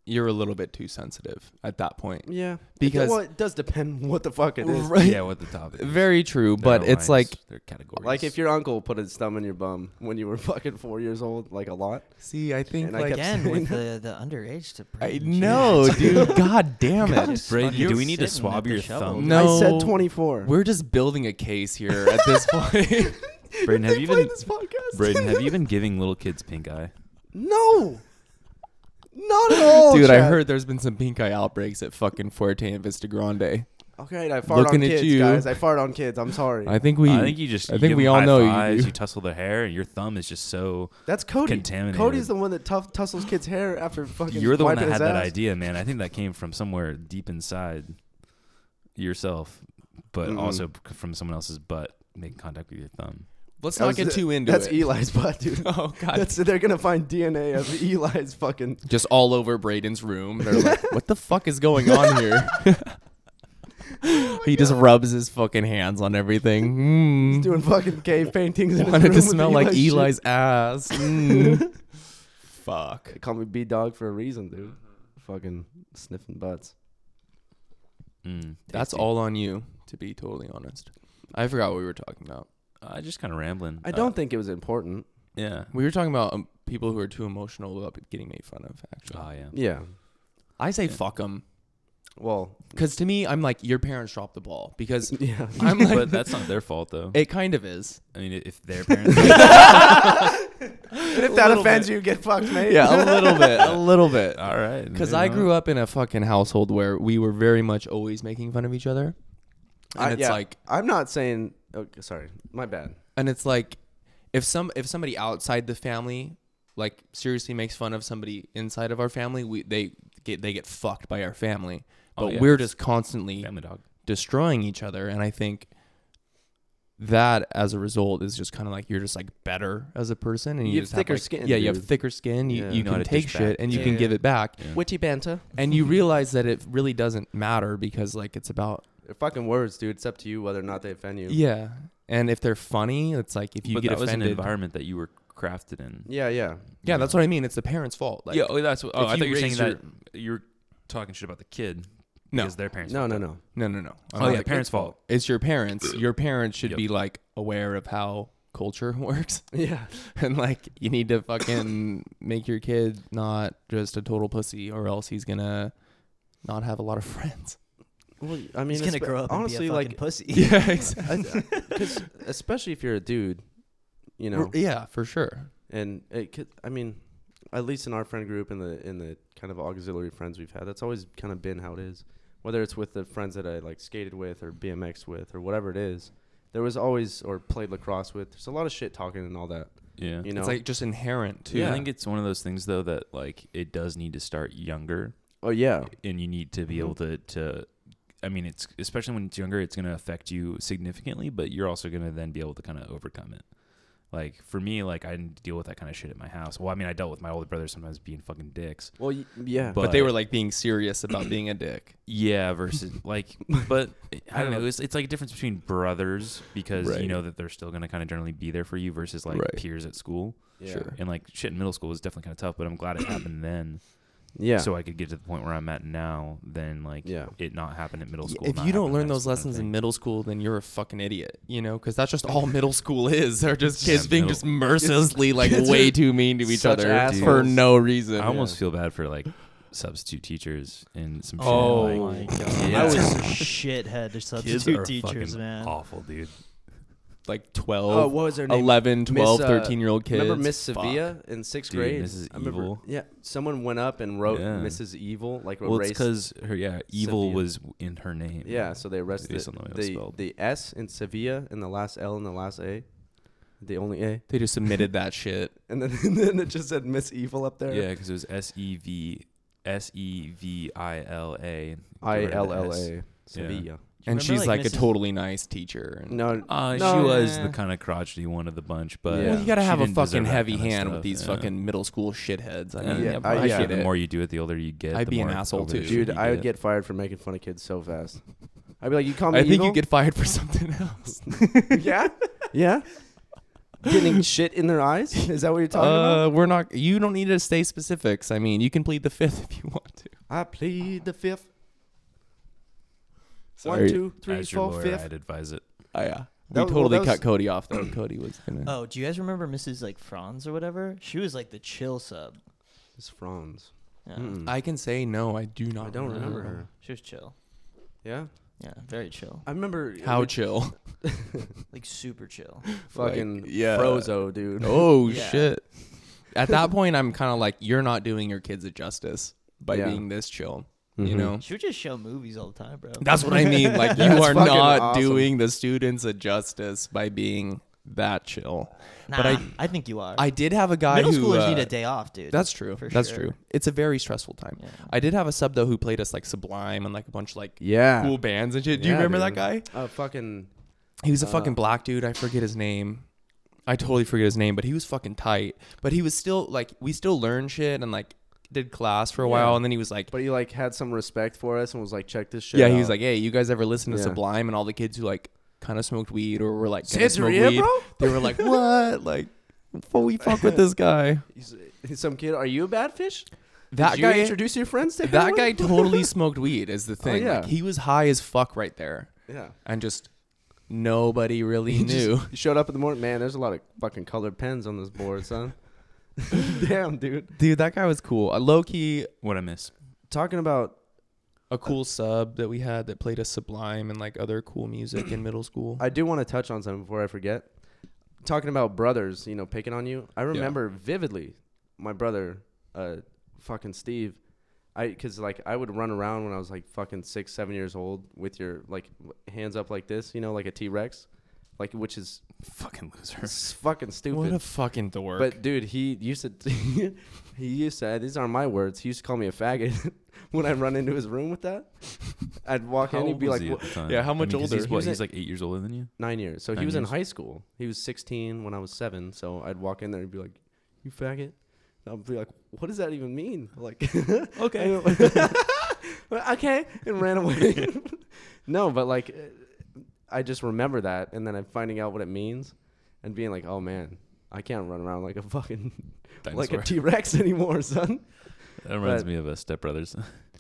D: you're a little bit too sensitive at that point.
B: Yeah,
D: Because-
B: it, well, it does depend what the fuck it is.
D: Right.
A: Yeah, what the topic. is.
D: Very true,
A: There
D: but
A: are
D: it's like
A: lines, there are categories.
B: Like if your uncle put his thumb in your bum when you were fucking four years old, like a lot.
D: see, I think
B: And I
D: like
B: kept-
C: again with the the underage to
D: I
C: Braden,
D: know,
C: Jesus.
D: dude. God damn
C: God,
D: it.
C: just
A: Braden,
C: fucking
A: do we need to
C: sitting
A: swab
C: at the
A: your
C: shovel.
A: thumb?
D: No.
B: I said twenty four.
D: We're just building a case here at this point.
A: Braden, have you been
B: this podcast?
A: Braden, have you been giving little kids pink eye?
B: No, not at all,
D: Dude, I
B: Chad.
D: heard there's been some pink eye outbreaks at fucking Forte and Vista Grande.
B: Okay, I fart
D: Looking
B: on
D: at
B: kids,
D: you.
B: guys. I fart on kids. I'm sorry.
D: I think we
A: I think you just.
D: I
A: you
D: think
A: give
D: we
A: them
D: all
A: high
D: know you
A: fives,
D: do.
A: you. tussle their hair, and your thumb is just so.
B: That's Cody.
A: Contaminated.
B: Cody's the one that tough, tussles kids' hair after fucking.
A: You're the one
B: wiping
A: that
B: his
A: had that
B: ass.
A: idea, man. I think that came from somewhere deep inside yourself, but
B: Mm-mm.
A: also p- from someone else's butt making contact with your thumb.
D: Let's
B: That
D: not
B: was
D: get
B: it.
D: too into
B: That's
D: it.
B: Eli's butt, dude.
D: oh God.
B: That's they're gonna find DNA of Eli's fucking.
D: just all over Braden's room. They're like, "What the fuck is going on here?"
B: Oh
D: he just rubs his fucking hands on everything.
B: He's
D: Mm.
B: doing fucking cave paintings. in his
D: Wanted
B: room
D: to
B: with
D: smell like
B: shit.
D: Eli's ass. Mm. fuck.
B: They call me B dog for a reason, dude. Fucking sniffing butts.
A: Mm,
D: That's
A: tasty.
D: all on you, to be totally honest. I forgot what we were talking about.
A: I just kind of rambling.
B: I
A: Uh,
B: don't think it was important.
A: yeah.
D: We were talking about um, people who are too emotional about getting made fun of. Actually,
A: Oh yeah.
B: Yeah.
D: I say fuck them
B: Well.
D: because to me, I'm like, your parents dropped the ball because
B: Yeah.
D: I'm like,
A: but that's not their fault though.
D: it kind of is.
A: I mean, i- if their parents.
B: if that offends you, get fucked, mate.
D: Yeah, a little bit, a little bit.
A: all right.
D: Because I grew up in a fucking household where we were very much always making fun of each other, and
B: I-
D: it's
B: yeah,
D: like,
B: I'm not saying. Oh, sorry, my bad.
D: and it's like, if some if somebody outside the family like seriously makes fun of somebody inside of our family, we they get they get fucked by our family. But
A: Oh, yeah.
D: we're just constantly
A: Family dog.
D: destroying each other, and I think that as a result is just kind of like you're just like better as a person, and you,
B: You have
D: just
B: thicker
D: like-
B: skin,
D: Yeah, you have
B: dude.
D: thicker skin. You
B: Yeah.
D: you
A: You know how
D: can
A: to
D: take
A: dish
D: shit
A: back.
D: and you
C: Yeah.
D: can give it back.
A: Yeah.
B: Witchy banter.
D: and you realize that it really doesn't matter because like it's about
B: They're fucking words, dude. It's up to you whether or not they offend you.
D: yeah and if they're funny it's like if you
A: but
D: get
A: that was an
D: offended
A: environment that you were crafted in.
B: Yeah, yeah.
D: yeah that's what i mean it's the parents fault like
A: yeah, oh, that's what. Oh,
D: if
A: I
D: you
A: thought you were saying
D: raise
A: that you're talking shit about the kid
D: No.
A: because their parents.
B: No,
A: fucked
B: no,
A: up.
B: no.
D: No, no, no.
A: Oh, yeah, parents' fault.
D: It's your parents. Your parents should
A: Yep.
D: be like aware of how culture works,
B: Yeah.
D: and like you need to fucking make your kid not just a total pussy, or else he's gonna not have a lot of friends.
B: Well, I mean,
C: He's gonna
B: espe-
C: grow up
B: honestly,
C: and be a fucking
B: like,
C: pussy.
D: exactly.
B: because especially if you're a dude, you know,
D: yeah, for sure.
B: and it could, I mean, at least in our friend group and the in the kind of auxiliary friends we've had, that's always kind of been how it is. Whether it's with the friends that I like skated with or BMX with or whatever it is, there was always or played lacrosse with. There's a lot of shit talking and all that.
A: Yeah.
B: You know,
D: It's like just inherent too.
A: Yeah. I think it's one of those things though that like it does need to start younger,
B: oh yeah,
A: and you need to be
B: Mhm.
A: able to to. I mean, it's especially when it's younger, it's going to affect you significantly, but you're also going to then be able to kind of overcome it. Like for me, like I didn't deal with that kind of shit at my house. Well, I mean, I dealt with my older brother sometimes being fucking dicks.
B: well y- yeah,
D: but, they were like being serious about being a dick.
A: Yeah, versus like, but I don't know. It's, it's like a difference between brothers because
D: Right.
A: you know that they're still gonna kind of generally be there for you versus like
D: Right.
A: peers at school
B: yeah.
D: sure.
A: and like shit in middle school was definitely kind of tough. But I'm glad it happened then,
B: yeah,
A: so I could get to the point where I'm at now. Than like
B: yeah.
A: it not happen at middle school.
D: if
A: not
D: you don't
A: happen in
D: learn
A: high
D: those
A: school kinda
D: lessons
A: thing.
D: in middle school, then you're a fucking idiot, you know, because that's just all middle school is. They're just
A: Yeah,
D: kids being
A: middle-
D: just mercilessly like
B: Kids
D: way
B: are
D: too mean to each
B: such
D: other
B: assholes.
D: for no reason.
A: I
B: Yeah.
A: almost feel bad for like substitute teachers and some shit.
D: Oh
A: like,
C: my god,
A: Yeah.
C: I was a shithead to
A: kids
C: substitute
A: are
C: teachers,
A: fucking
C: man.
A: awful, dude.
D: like
B: Oh,
D: 12,
B: what was her name?
D: 11, 12,
B: Miss, uh,
D: 13 year old kids.
B: Remember Miss
D: Fuck.
B: Sevilla in sixth
A: Dude,
B: grade?
A: Mrs.
B: I remember-
A: Evil.
B: Yeah, someone went up and wrote
A: Yeah.
B: Mrs. Evil, like
A: Well, it's
B: erased.
A: because her yeah evil
B: Severe.
A: was in her name.
B: yeah, so they arrested
A: Based on the way it was
B: the,
A: spelled.
B: the S in Sevilla and the last L and the last A, the only A,
D: They just submitted that shit.
B: and then and then it just said Miss Evil up there.
A: Yeah, because it was S E V S E V I L A.
B: I L L A Sevilla.
D: And
C: remember,
D: she's like,
C: like,
D: a
C: Mrs.
D: totally nice teacher. And
B: No,
A: Uh,
B: No,
A: she was
D: Oh, yeah.
A: the kind of crotchety one of the bunch, but
B: Yeah.
D: Well, you gotta
A: she
D: have a
A: didn't deserve
D: fucking
A: that
D: heavy
A: kinda
D: hand with
A: stuff,
D: these
A: yeah.
D: fucking middle school shitheads. I
A: Yeah,
D: mean,
B: Yeah,
D: I,
B: I- yeah.
D: get
A: The
D: it.
A: more you do it, the older you get.
D: I'd
A: the
D: be an
A: more
D: asshole,
A: over the
D: too.
A: shit
B: dude,
A: you
B: I would
A: get.
B: get fired for making fun of kids so fast. I'd be like, you call me
D: I think
B: evil?
D: you get fired for something else.
B: yeah, yeah. Getting shit in their eyes? Is that what you're talking about?
D: Uh, we're not. You don't need to stay specifics. I mean, you can plead the fifth if you want to.
B: I plead the fifth.
D: Sorry.
B: One, two, three,
A: As your
B: four,
A: lawyer,
B: fifth.
A: I'd advise it.
D: Oh, yeah, we
B: That was- well,
D: totally
B: that
D: cut
B: was- Um,
D: Cody off though. Cody was gonna.
C: Oh, do you guys remember Mrs. like Franz or whatever? She was like the chill sub.
B: It's Franz.
C: Yeah.
B: Mm-mm.
D: I can say no. I do not.
B: I don't remember her.
C: She was chill.
B: Yeah,
C: Yeah, very chill.
B: I remember uh,
D: How
B: we
D: chill.
C: Like super chill.
B: fucking
D: Like, yeah.
B: Frozo, dude.
D: Oh
C: Yeah.
D: shit. At that point, I'm kind of like, you're not doing your kids a justice by
B: Yeah.
D: being this chill. You
B: Mhm.
D: know.
C: She would just show movies all the time, bro.
D: That's what I mean. Like you
B: That's
D: are
B: fucking
D: not
B: awesome.
D: doing the students a justice by being that chill.
C: Nah,
D: but I-
C: I, think you are.
D: I did have a guy
C: Middle
D: who
C: schoolers
D: uh,
C: need a day off, dude.
D: That's true.
C: for
D: That's
C: sure.
D: true. It's a very stressful time.
C: Yeah.
D: I did have a sub though who played us like Sublime and like a bunch of like
B: Yeah.
D: cool bands and shit. Do you
B: Yeah,
D: remember that
B: dude.
D: guy?
B: Uh, fucking.
D: He was a
B: Uh,
D: fucking black dude. I forget his name. I totally forget his name, but he was fucking tight. But he was still like we still learned shit and like did class for a
B: Yeah.
D: while and then he was like
B: But he like had some respect for us and was like, check this shit.
D: Yeah,
B: out.
D: he was like, Hey, you guys ever listen to
B: Yeah.
D: Sublime and all the kids who like kinda smoked weed or were like gonna
B: Kids are
D: smoke
B: here,
D: weed?
B: bro.
D: They were like, What? Like before we fuck with this guy.
B: He's, he's some kid. Are you a bad fish?
D: That
B: Did
D: guy
B: You introduce your friends to
D: that
B: heroin?"
D: guy totally smoked weed is the thing.
B: yeah.
D: Like, he was high as fuck right there.
B: Yeah.
D: and just nobody really
B: He just-
D: knew.
B: He showed up in the morning. Man, there's a lot of fucking colored pens on this board, son. Damn, dude.
D: Dude, that guy was cool. A low key,
A: What I miss?
B: Talking about
D: a cool sub that we had that played a Sublime and like other cool music in middle school.
B: I do want to touch on something before I forget. Talking about brothers, you know, picking on you. I remember vividly my brother, uh, fucking Steve. I, cause like I would run around when I was like fucking six, seven years old with your like w- hands up like this, you know, like a T Rex, like which is
A: Fucking loser.
B: s- fucking stupid.
D: what a fucking dork.
B: But dude, he used to he used to these aren't my words. He used to call me a faggot when I run into his room with that. I'd walk
A: How
B: in, he'd
A: old
B: be
A: was
B: like
A: he
B: "Wha-
A: at the time?
D: Yeah,
A: I
D: how
A: mean,
D: much
A: 'cause
D: older?
A: He's,
B: He
A: what,
B: was
A: he's
B: a-
A: like eight years older than you.
B: nine years. So he
A: Nine
B: was in
A: years?
B: high school. He was sixteen when I was seven. So I'd walk in there and be like, "You faggot." And I'd be like, "What does that even mean?" Like, okay, okay, and ran away. no, but like, uh, I just remember that, and then I'm finding out what it means, and being like, "Oh man." I can't run around like a fucking like
A: Dinosaur.
B: a T Rex anymore, son.
A: that reminds
B: but-
A: me of a Step Brothers.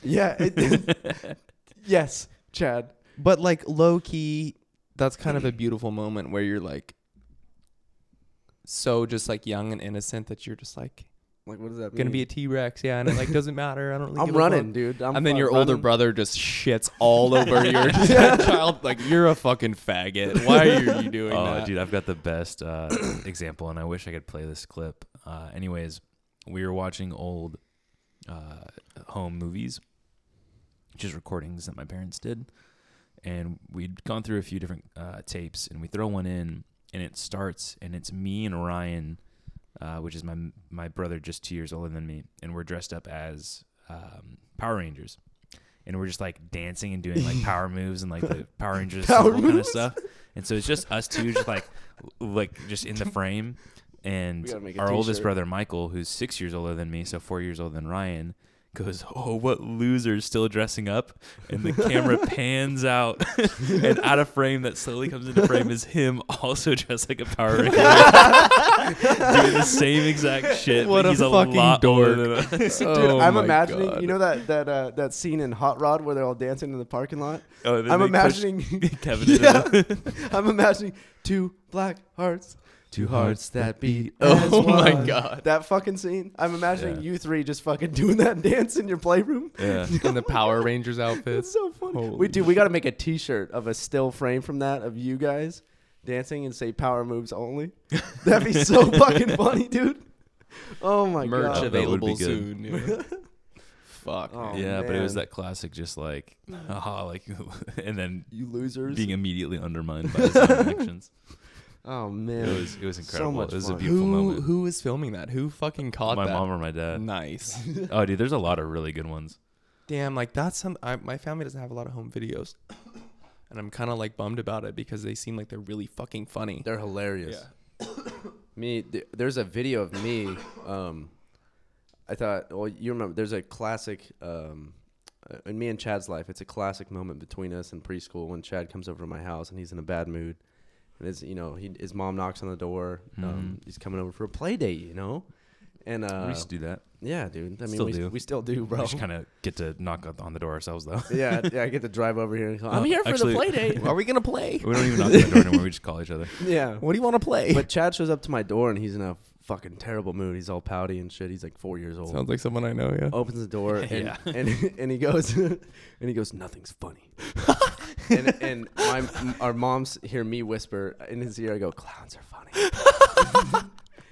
D: Yeah. it- yes, Chad. But like low key, that's kind of a beautiful moment where you're like so just like young and innocent that you're just like
B: Like, what does that mean?
D: gonna be a T Rex, yeah, and it like doesn't matter. I don't really.
B: Mm. I'm
D: give a fuck.
B: running, dude. I'm
D: and then
B: fuck
D: your older
B: running.
D: brother just shits all over your child. Like you're a fucking faggot. Why are you doing
A: oh,
D: that?
A: dude, I've got the best uh, example, and I wish I could play this clip. Uh, anyways, we were watching old uh, home movies, just recordings that my parents did, and we'd gone through a few different uh, tapes, and we throw one in, and it starts, and it's me and Ryan, uh, which is my my brother, just two years older than me, and we're dressed up as um, Power Rangers. And we're just like dancing and doing like power moves and like the Power Rangers
B: Power
A: symbol kind of
B: moves.
A: stuff. And so it's just us two, just like, like just in the frame. And
B: We gotta make a
A: our oldest
B: t-shirt.
A: brother Michael, who's six years older than me, so four years older than Ryan, goes, "Oh, what losers still dressing up?" And the camera pans out, and out of frame that slowly comes into frame is him also dressed like a Power Ranger, doing the same exact shit.
D: What
A: but
D: a
A: he's
D: fucking
A: a lot older
D: dork.
A: than us.
B: Dude,
D: Oh
B: I'm imagining. You know that that uh, that scene in Hot Rod where they're all dancing in the parking lot.
A: Oh, and then
B: I'm
A: they push
B: imagining.
A: Kevin into
B: yeah,
A: the-
B: I'm imagining two black hearts,
A: Two hearts that beat
B: as
D: Oh my
B: one.
D: God.
B: That fucking scene. I'm imagining
A: Yeah.
B: you three just fucking doing that dance in your playroom.
A: Yeah.
D: in the Power Rangers
B: It's
D: outfits.
B: so funny.
D: Holy
B: we do. We got to make a T-shirt of a still frame from that of you guys dancing and say "Power Moves Only." That'd be so fucking funny, dude. Oh my
D: merch
A: God.
B: god.
A: of it. That would be
D: available
A: good.
D: soon. yeah. Fuck.
B: Oh,
A: yeah, but it was
B: man.
A: that classic, just like, ah, like, and then
B: You losers.
A: being immediately undermined by his own actions.
B: oh man.
A: It was, it was
B: So
A: incredible.
B: much
A: it was a
B: fun.
A: beautiful
D: who
A: moment.
D: who is filming that? Who fucking caught
A: my
D: that?
A: mom or my dad.
D: Nice.
B: Mm.
A: Oh, dude, there's a lot of really good ones.
D: Damn, like that's some. I, my family doesn't have a lot of home videos, and I'm kind of like bummed about it because they seem like they're really fucking funny.
B: They're hilarious. Me, th- there's a video of me. Um, I thought, well, you remember, there's a classic um, uh, in me and Chad's life. It's a classic moment between us in preschool when Chad comes over to my house and he's in a bad mood, and it's you know he, his mom knocks on the door. Um, he's coming over for a play date, you know, and
A: Mm-hmm. we
B: uh,
A: used to do that.
B: yeah, dude. I mean,
A: still
B: we,
A: do.
B: we still do,
A: We
B: bro.
A: just kind of get to knock on- on the door ourselves, though.
B: yeah, yeah. I get to drive over here and call.
A: No,
B: I'm here for
A: Uh, actually-
B: the play date.
D: Are we gonna play?
A: we don't even knock on the door anymore. We just call each other.
B: yeah.
D: What do you want to play?
B: But Chad shows up to my door and he's in a fucking terrible mood. He's all pouty and shit. He's like four years old.
D: Sounds like someone I know. Yeah.
B: opens the door and
A: Yeah.
B: and, and he goes and he goes nothing's funny and, and my our moms hear me whisper in his ear i go clowns are funny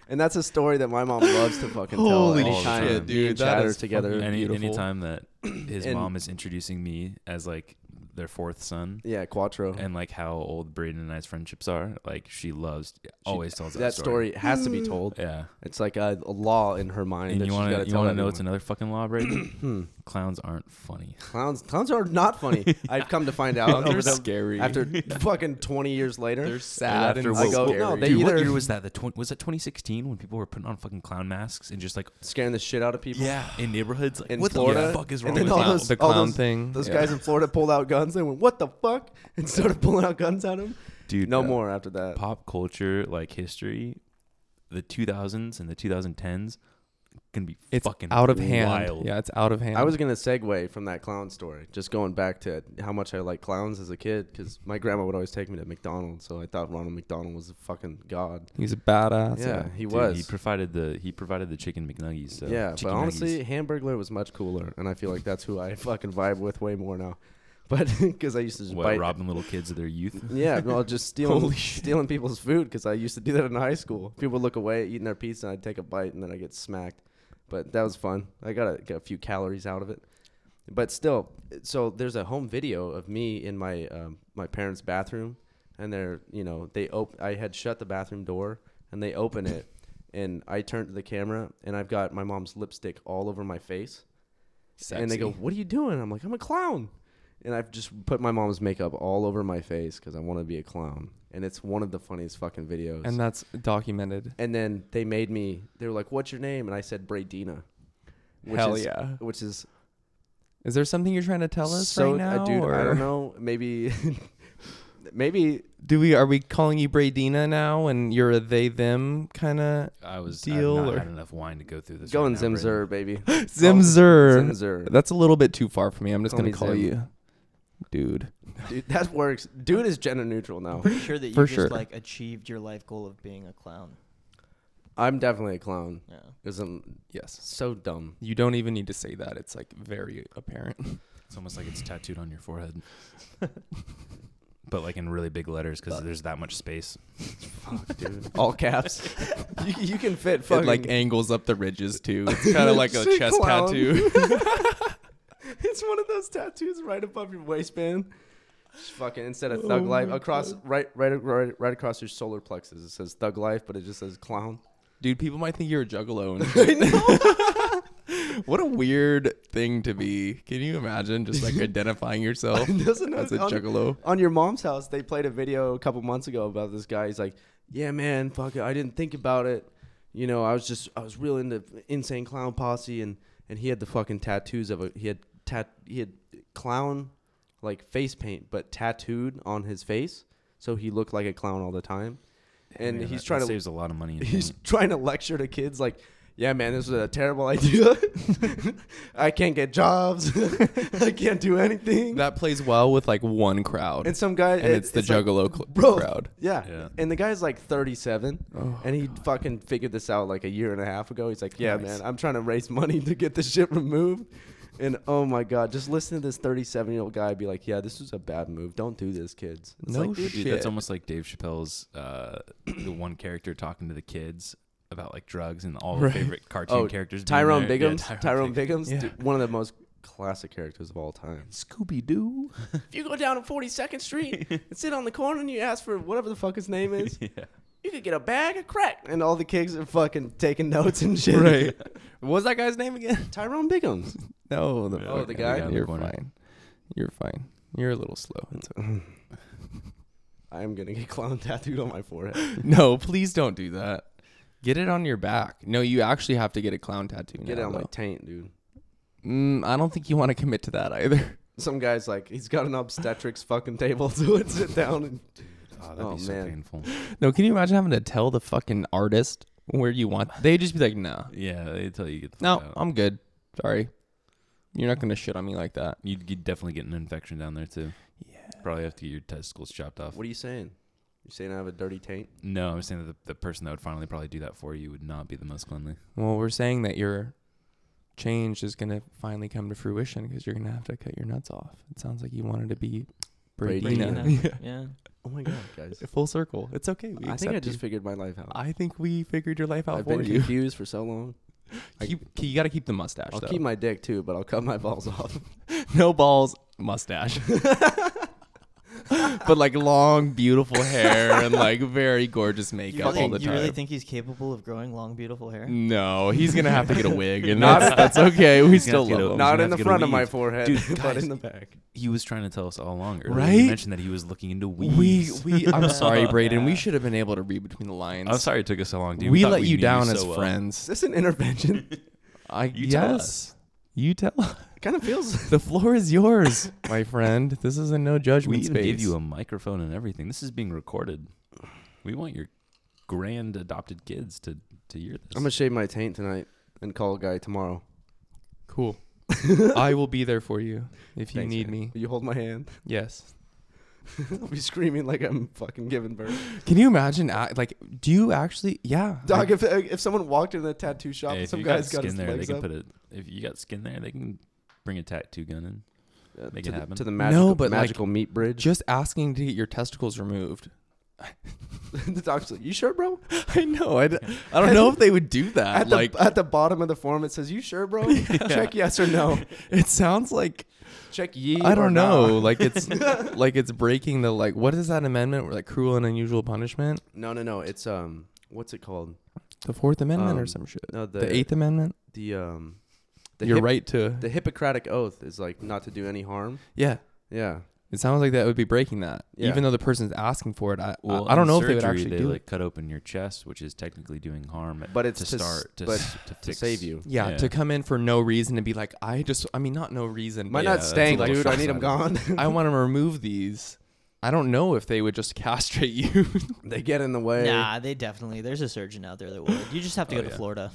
B: and that's a story that my mom loves to fucking
D: Holy
B: tell all the
A: shit,
B: time. Me and
D: dude, that
B: Chad
D: is
B: are together
D: fucking-
A: Any
D: Beautiful.
A: anytime that his
B: And-
A: mom is introducing me as like their fourth son,
B: yeah quattro
A: and like how old Braden and I's friendships are, like she loves, always tells that,
B: that story has to be told
A: Yeah,
B: it's like a, a law in her mind
A: and
B: that Hmm.
A: you
B: she's
A: want
B: gotta
A: to you
B: tell
A: want to know it's
B: everyone.
A: another fucking law, Braden? Clowns aren't funny.
B: clowns clowns are not funny i've come to find out
D: they're
B: over the,
D: scary.
B: after fucking 20 years later
D: they're sad and,
A: after
B: I go,
D: scary.
B: no, Oh, they
A: Dude, what
B: either-
A: year was that? The tw- was that 2016 when people were putting on fucking clown masks and just like
B: scaring the shit out of people
A: yeah in neighborhoods like
B: in
A: what
B: Florida,
A: the fuck is wrong
B: and then
A: with
B: all
A: you?
B: those-
D: the
B: all
D: clown
B: those-
D: thing.
B: Those
D: yeah.
B: guys in Florida pulled out guns. They went, "What the fuck?" and started pulling out guns at him.
A: dude?
B: No
A: uh,
B: more after that.
A: pop culture like history, the 2000s and the 2010s can be
D: It's
A: fucking
D: out of
A: wild.
D: hand. Yeah, it's out of hand.
B: I was gonna segue from that clown story, just going back to how much I liked clowns as a kid, because my grandma would always take me to McDonald's, so I thought Ronald McDonald was a fucking god.
D: He's a badass.
B: yeah, he
A: Dude,
B: was.
A: He provided the he provided the chicken McNuggies. So
B: yeah, but
A: chicken
B: honestly,
A: nuggies.
B: Hamburglar was much cooler, and I feel like that's who I fucking vibe with way more now. But because I used to just
A: what
B: bite.
A: robbing little kids of their youth.
B: Yeah, well, just stealing
D: Holy
B: stealing people's food because I used to do that in high school. People would look away eating their pizza, and I'd take a bite, and then I get smacked. But that was fun. I got a, got a few calories out of it. But still, so there's a home video of me in my um, my parents' bathroom, and they're you know they op- I had shut the bathroom door, and they open it, and I turn to the camera, and I've got my mom's lipstick all over my face. And they go, "What are you doing?" I'm like, "I'm a clown," and I've just put my mom's makeup all over my face because I want to be a clown, and it's one of the funniest fucking videos.
D: and that's documented.
B: And then they made me. They were like, "What's your name?" And I said, "Bradina."
D: Hell
B: is,
D: yeah.
B: Which is
D: Is there something you're trying to tell us
B: so,
D: right now?
B: uh, dude. I
D: or-
B: don't know. Maybe, maybe
D: do we are we calling you Bradina now and you're a they them kind of
A: I was
D: Deal
A: I've not
D: or-
A: had enough wine to go through this.
B: Going
A: right now, Brandon.
B: Zimzer, baby.
D: Zimzer.
B: Zimzer.
D: That's a little bit too far for me. I'm just
B: Call
D: gonna
B: me
D: call
B: Zim.
D: you, dude.
B: Dude, that works. Dude is gender neutral
C: I'm
B: now.
C: pretty sure that you
D: For
C: just
D: sure.
C: like achieved your life goal of being a clown.
B: I'm definitely a clown.
C: Yeah.
B: Because I'm
D: Yes.
B: so dumb.
D: You don't even need to say that. It's like very apparent.
A: It's almost like it's tattooed on your forehead, but like in really big letters because there's that much space.
B: Fuck, dude.
D: All caps.
B: you, you can fit
D: Oh. it
B: fucking
D: like angles up the ridges too. It's kind of like a
B: Sick
D: chest
B: clown.
D: tattoo.
B: it's one of those tattoos right above your waistband. Just fucking instead
A: Oh
B: of thug life across right, right right right across your solar plexus. It says thug life, but it just says clown.
D: Dude, people might think you're a juggalo. And what a weird thing to be. Can you imagine just like identifying yourself
B: Doesn't
D: as
B: it-
D: a
B: on-
D: juggalo?
B: on your mom's house, they played a video a couple months ago about this guy. He's like, "Yeah, man, fuck it. I didn't think about it. You know, I was just I was real into insane clown posse, and and he had the fucking tattoos of a he had tat he had clown like face paint, but tattooed on his face, so he looked like a clown all the time. And
A: Man,
B: he's
A: that-
B: trying
A: that
B: to
A: saves a lot of money. in
B: he's
A: paint.
D: Mm-hmm.
B: trying to lecture to kids like. Yeah, man, this was a terrible idea. I can't get jobs. I can't do anything.
D: That plays well with like one crowd.
B: and some guy,
D: and
B: it-
D: it's the
B: like,
D: juggalo cl-
B: bro.
D: crowd.
B: yeah.
A: Yeah.
B: And the guy's like 37,
D: Oh.
B: and he fucking figured this out like a year and a half ago. He's like, "Yeah,
D: Nice.
B: man, I'm trying to raise money to get this shit removed." And oh my god, just listen to this 37 year old guy be like, "Yeah, this was a bad move. Don't do this, kids." It's
D: No
B: like, dude,
A: Dude, that's
D: shit.
A: almost like Dave Chappelle's uh, the one character talking to the kids about like drugs and all their
D: Right.
A: favorite cartoon
B: Oh,
A: characters. being
B: Tyrone
A: there. Yeah,
B: Biggums, Tyrone, Biggums,
D: Yeah.
B: dude, one of the most classic characters of all time.
A: Scooby Doo.
B: If you go down to 42nd Street and sit on the corner and you ask for whatever the fuck his name is,
A: Yeah.
B: you could get a bag of crack. And all the kids are fucking taking notes and shit.
D: Right. what was that guy's name again?
B: Tyrone Biggums.
D: No, the
A: Oh, the
D: fucking-
B: guy?
D: You're
A: Yeah.
D: fine. You're fine. You're a little slow. It's okay.
B: I'm gonna get clown tattooed on my forehead.
D: no, please don't do that. Get it on your back. No, you actually have to get a clown tattoo.
B: Get it
D: now,
B: on my
D: though.
B: taint, dude.
D: Mm, I don't think you want to commit to that either.
B: Some guy's like, he's got an obstetrics fucking table, so it sit down and
A: Oh, that'd
B: Oh,
A: be so
B: man.
A: painful.
D: No, can you imagine having to tell the fucking artist where you want? They'd just be like, nah,
A: Yeah, they tell you get the
D: no,
A: fuck out.
D: I'm good. Sorry, you're not gonna shit on me like that.
A: You'd, you'd definitely get an infection down there too.
D: Yeah.
A: Probably have to get your testicles chopped off.
B: What are you saying? You saying I have a dirty taint?
A: No, I'm saying that the, the person that would finally probably do that for you would not be the most cleanly.
D: Well, we're saying that your change is gonna finally come to fruition because you're gonna have to cut your nuts off. It sounds like you wanted to be Bradina.
C: Bradina.
D: Yeah.
C: Yeah.
B: Oh my god, guys!
D: Full circle. It's okay. We
B: I think I
D: accept
B: just
D: you.
B: figured my life out.
D: I think we figured your life out
B: I've
D: for
B: been
D: you.
B: confused for so long. I-
D: Keep, you got to keep the mustache.
B: I'll
D: though.
B: keep my dick too, but I'll cut my balls off.
D: no balls, mustache. but like long, beautiful hair and like very gorgeous
C: You,
D: makeup
C: really,
D: all the
C: you
D: time.
C: really think he's capable of growing long, beautiful hair?
D: no, he's gonna have to get a wig, and
B: Not-
D: that's, that's okay. We
A: He's gonna
D: still
A: have to get
D: love
A: a- gonna
D: him.
B: Not
A: have
B: in the
A: to get a
B: front of my
A: weave.
B: forehead,
A: Dude,
B: but
A: guys,
B: in the back.
A: He was trying to tell us all along. Earlier.
D: Right?
A: He mentioned that he was looking into
D: we,
A: weeds.
D: we. I'm sorry, Braden. We
C: Yeah.
D: should have been able to read between the lines.
A: I'm sorry it took us so long, dude.
D: we
A: thought
D: let you
A: knew
D: down
A: so
D: as
A: well.
B: Is
D: friends.
B: this an intervention?
D: I
A: You
D: yes.
A: tell us.
D: You tell. us.
B: it kind of feels.
D: The floor is yours, my friend. This is a no
A: We
D: judgment
A: even
D: space.
A: gave you a microphone and everything. This is being recorded. We want your grand adopted kids to to hear this.
B: I'm gonna shave my taint tonight and call a guy tomorrow.
D: cool. I will be there for you if you
B: Thanks,
D: need
B: man.
D: me.
B: Will you hold my hand?
D: Yes.
B: I'll be screaming like I'm fucking giving birth.
D: Can you imagine? act- Like, do you actually? Yeah.
B: Dog,
D: I-
B: if uh, if someone walked in the tattoo shop,
A: Hey,
B: and
A: if
B: some
A: you got
B: guy's got
A: skin
B: his
A: there, they
B: legs
A: can
B: up
A: put it. If you got skin there, they can bring a tattoo gun in.
B: uh,
A: make
B: to
A: it
B: the,
A: happen.
B: to the
D: No,
B: magical,
D: but, like,
B: magical meat bridge.
D: just asking to get your testicles removed.
B: the doc's like, "You sure, bro?"
D: I know. I, d- I don't know if they would do that.
B: At the
D: Uh, Like,
B: at the bottom of the form, it says, "You sure, bro?" Check yes or no.
D: it sounds like
B: Check ye.
D: I
B: or
D: don't know.
B: nah.
D: Like it's like it's breaking the like. What is that amendment? Where, like cruel and unusual punishment,
B: No, no, no. It's um, what's it called?
D: the Fourth Amendment
B: Um,
D: or some shit.
B: No, the
D: The, Eighth Amendment.
B: The um, the
D: The your
B: Hip-
D: right to
B: The Hippocratic oath is like not to do any harm.
D: yeah.
B: Yeah.
D: It sounds like that would be breaking that,
B: Yeah.
D: even though the person's asking for it. I I-
A: Well,
D: I, don't
A: in
D: know if they would
A: surgery,
D: actually
A: they,
D: do
A: like cut open your chest, which is technically doing harm.
B: But it's
A: to
B: to s-
A: start to,
B: but
A: s- to,
B: To
A: fix-
B: save you.
D: it. Yeah,
A: yeah.
D: to come in for no reason and be like, I just, I mean, not no
B: Might
D: reason. but
A: Yeah,
B: not
A: that's
B: stank,
A: a little
B: dude. I need him
A: short-sighted.
B: gone.
D: I want to remove these I don't know if they would just castrate you.
B: They get in the way.
C: Nah, they definitely. There's a surgeon out there that would. You just have to
D: Oh,
C: go to
D: yeah.
C: Florida.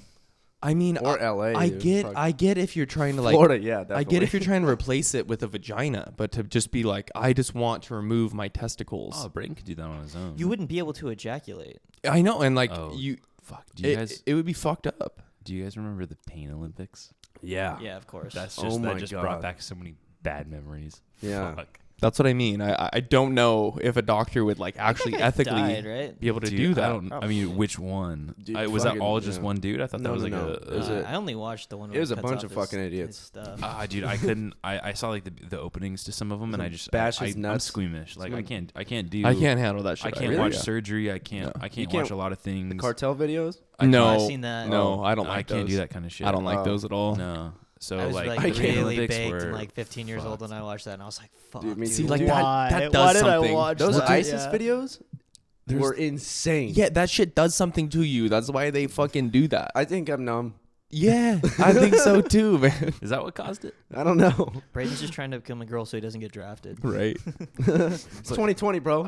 D: I mean,
B: Or LA.
D: I, I
B: dude.
D: get,
B: Fuck.
D: I get if you're trying to like,
B: Florida, yeah. Definitely.
D: I get if you're trying to replace it with a vagina, but to just be like, I just want to remove my testicles.
A: Oh, Brayden could do that on his own.
C: You wouldn't be able to ejaculate.
D: I know, and like
A: Oh,
D: you,
A: Fuck. Do you
D: it,
A: guys
D: it would be fucked up.
A: do you guys remember the Pain Olympics?
B: yeah.
C: Yeah, of course.
A: That's just
B: Oh
A: that
B: my
A: just
B: God.
A: brought back so many bad memories.
B: Yeah.
A: Fuck.
D: That's what I mean. I, I- I don't know if a doctor would like actually
C: That guy
D: ethically
C: died, right?
D: be able to
A: Dude,
D: do
A: I
D: that.
A: don't. I mean, which one?
B: Dude,
A: I, was that
B: fucking-
A: all just
B: yeah.
A: one dude? I thought
B: No,
A: that was
B: no,
A: like
B: no.
A: a.
B: It was
C: Uh,
B: a-
C: I only watched the one. where
B: it was
C: he
B: a
C: cuts
B: bunch
C: off
B: of
C: his-
B: fucking
C: his
B: idiots.
C: stuff.
A: Ah, dude, I couldn't. I, I saw like the the openings to some of them, and I just
B: Bash
A: I,
B: his
A: I, I'm
B: nuts.
A: squeamish. Like I
B: Someone-
A: can't. I can't do.
D: I can't handle that shit.
A: I can't
D: really
A: watch
D: don't.
A: surgery. I can't.
D: No.
A: I can't,
B: can't-
A: watch a lot of things.
B: The cartel videos?
A: I
D: no,
A: can't-
C: I've seen that.
D: No, I don't
A: I
D: like.
A: can't do
D: those.
A: that kind of shit.
D: I don't like
B: Oh.
D: those at all.
A: No. So
C: I was
A: like,
C: like,
B: I
A: the
B: can't.
C: really
A: Olympics
C: baked
A: were
C: and like 15 years old,
A: fucked.
C: and I watched that, and I was like, "Fuck,
B: Dude, me
C: dude,
B: too. Like, that-
C: why?
D: that
C: why
D: does
C: did I
D: something.
C: watch
B: Those
C: that?
B: ISIS
C: Yeah.
B: videos
D: There's-
B: were insane.
D: Yeah, that shit does something to you. That's why they fucking do that.
B: I think I'm numb.
D: yeah, I think so too, man.
A: Is that what caused it?
B: I don't know.
C: Braden's just trying to become a girl so he doesn't get drafted.
D: Right.
B: It's 2020, bro.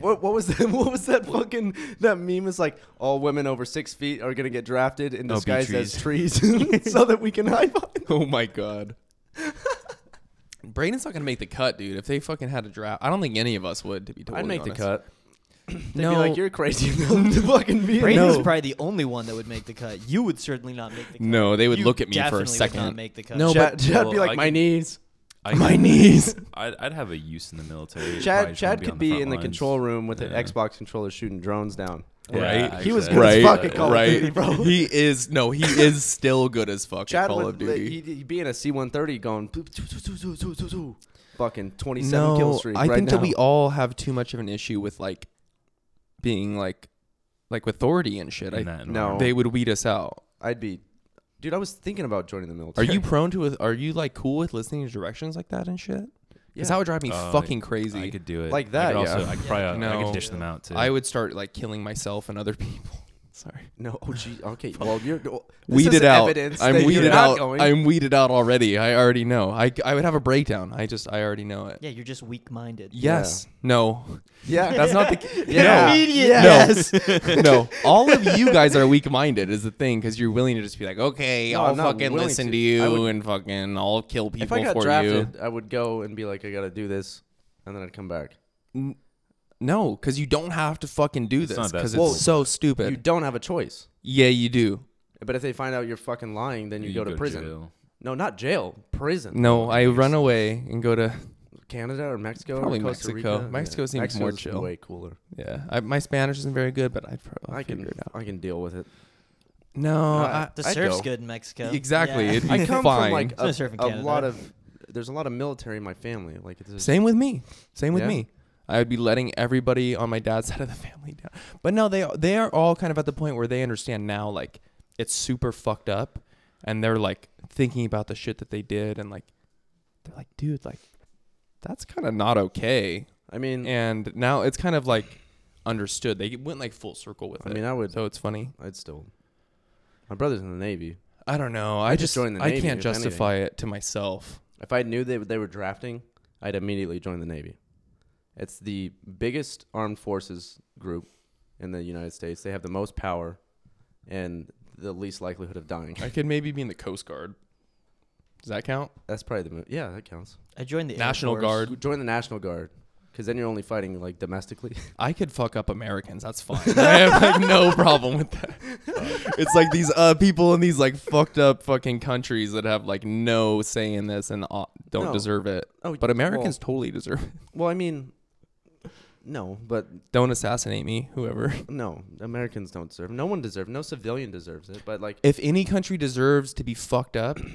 B: What, what was that? What was that fucking that meme? Is like all women over six feet are gonna get drafted in
A: Oh, be
B: disguise as trees, so that we can high five.
D: oh my god. Braden's not gonna make the cut, dude. If they fucking had a draft, I don't think any of us would. To be totally honest.
B: cut. They'd
D: No,
B: be like, "You're crazy enough to fucking be." in
C: Braden
B: this."
C: is probably the only one that would make the cut. You would certainly not make the cut.
D: no, they would
C: You
D: look at me for
C: definitely
D: a
C: would not
D: second.
C: make the cut.
D: No,
B: Chad,
D: but-
B: Chad
A: well,
B: be like,
A: I
B: "My
A: could-
B: knees."
A: I
D: My
A: could-
D: knees.
A: I'd, I'd have a use in the military. Probably
B: Chad
A: just
B: Chad
A: wouldn't
B: could
A: on
B: be
A: front
B: in the
A: lines.
B: control room with an
A: Yeah.
B: Xbox controller shooting drones down.
A: Yeah,
D: Right?
B: He was
A: exactly.
B: good as
D: right,
B: fuck at Call of
D: right.
B: Duty, bro.
D: He is no, he is still good as fuck at
B: Chad
D: Call of
B: would
D: Duty.
B: he'd, he'd be in a C-130 going, "Poo, too, too, too, too, too, too, too." fucking 27
D: no,
B: kill streak.
D: I
B: right
D: think
B: now.
D: that we all have too much of an issue with like being like like authority and shit.
A: in
D: I,
A: that
B: No.
A: environment.
D: they would weed us out.
B: I'd be, dude. I was thinking about joining the
D: Are
B: military.
D: you prone to are you like cool with listening to directions like that and shit? Because that would drive me
A: Oh,
D: fucking
A: I
D: crazy.
A: could do it
B: Like that,
A: I could
B: yeah.
A: Also, I could probably I
D: No.
A: could dish them out too.
D: I would start like killing myself and other people. Sorry.
B: No. Oh, gee. Okay. Well, you're well, this
D: weeded
B: is
D: out.
B: Evidence
D: I'm
B: that you're
D: weeded
B: not
D: out.
B: Going.
D: I'm weeded out already. I already know. I I would have a breakdown. I just I already know it.
C: Yeah, you're just weak-minded.
D: Yes. No.
B: yeah.
D: That's not the
B: Yeah.
D: No.
C: Immediate.
D: Yes. no. All of you guys are weak-minded is the thing because you're willing to just be like, okay,
B: No,
D: I'll
B: I'm not
D: fucking
B: willing
D: listen
B: to.
D: to, you
B: I would-
D: and fucking I'll kill people
B: if I got
D: for
B: drafted, I would go and be like, I gotta do this, and then I'd come back.
D: you. No, because you don't have to fucking do
A: It's
D: this
A: not that
D: because it's
A: simple.
D: so stupid.
B: You don't have a choice.
D: yeah, you do.
B: But if they find out you're fucking lying, then you, go, to prison.
A: jail.
B: No, not jail. Prison.
D: No, I run away and go to
B: Canada or Mexico
D: Probably
B: or Costa
D: Mexico.
B: Rica.
D: Mexico seems more
B: Mexico's
D: chill.
B: Way cooler.
D: yeah. I, my Spanish isn't very good, but I'd probably
B: I can uh,
D: figure it out.
B: I can deal with it.
D: No, I,
C: The
B: I'd
C: surf's
B: go.
C: good in Mexico.
D: exactly.
C: Yeah.
D: It'd be
B: I come
D: fine.
B: from like
C: no
B: a,
C: surf in
B: a
C: Canada.
B: lot of. There's a lot of military in my family. Like it's just-
D: Same with me. Same with
B: Yeah.
D: me. I would be letting everybody on my dad's side of the family down. But no, they they are all kind of at the point where they understand now, like it's super fucked up, and they're like thinking about the shit that they did, and like they're like, dude, like that's kind of not okay.
B: I mean,
D: And now it's kind of like understood. They went like full circle with
B: I
D: it.
B: mean, I would.
D: so it's funny.
B: I'd still. My brother's in the navy.
D: I don't know. I,
B: just
D: just
B: joined the
D: I
B: Navy,
D: can't
B: if anything.
D: justify it to myself.
B: If I knew they they were drafting, I'd immediately join the Navy. It's the biggest armed forces group in the United States. They have the most power and the least likelihood of dying.
D: I could maybe be in the Coast Guard. Does that count?
B: That's probably the mo- yeah, that counts.
C: I joined the Air
D: National
C: Force.
D: Guard.
B: Join the National Guard because then you're only fighting like domestically.
D: I could fuck up Americans. That's fine. I have like no problem with that. It's like these uh, people in these like fucked up fucking countries that have like no say in this and uh, don't
B: No.
D: deserve it.
B: Oh,
D: But Americans totally deserve it.
B: Well, well, I mean, no, but
D: Don't assassinate me, whoever.
B: no, Americans don't deserve. No one deserves. No civilian deserves it. But like
D: If any country deserves to be fucked up,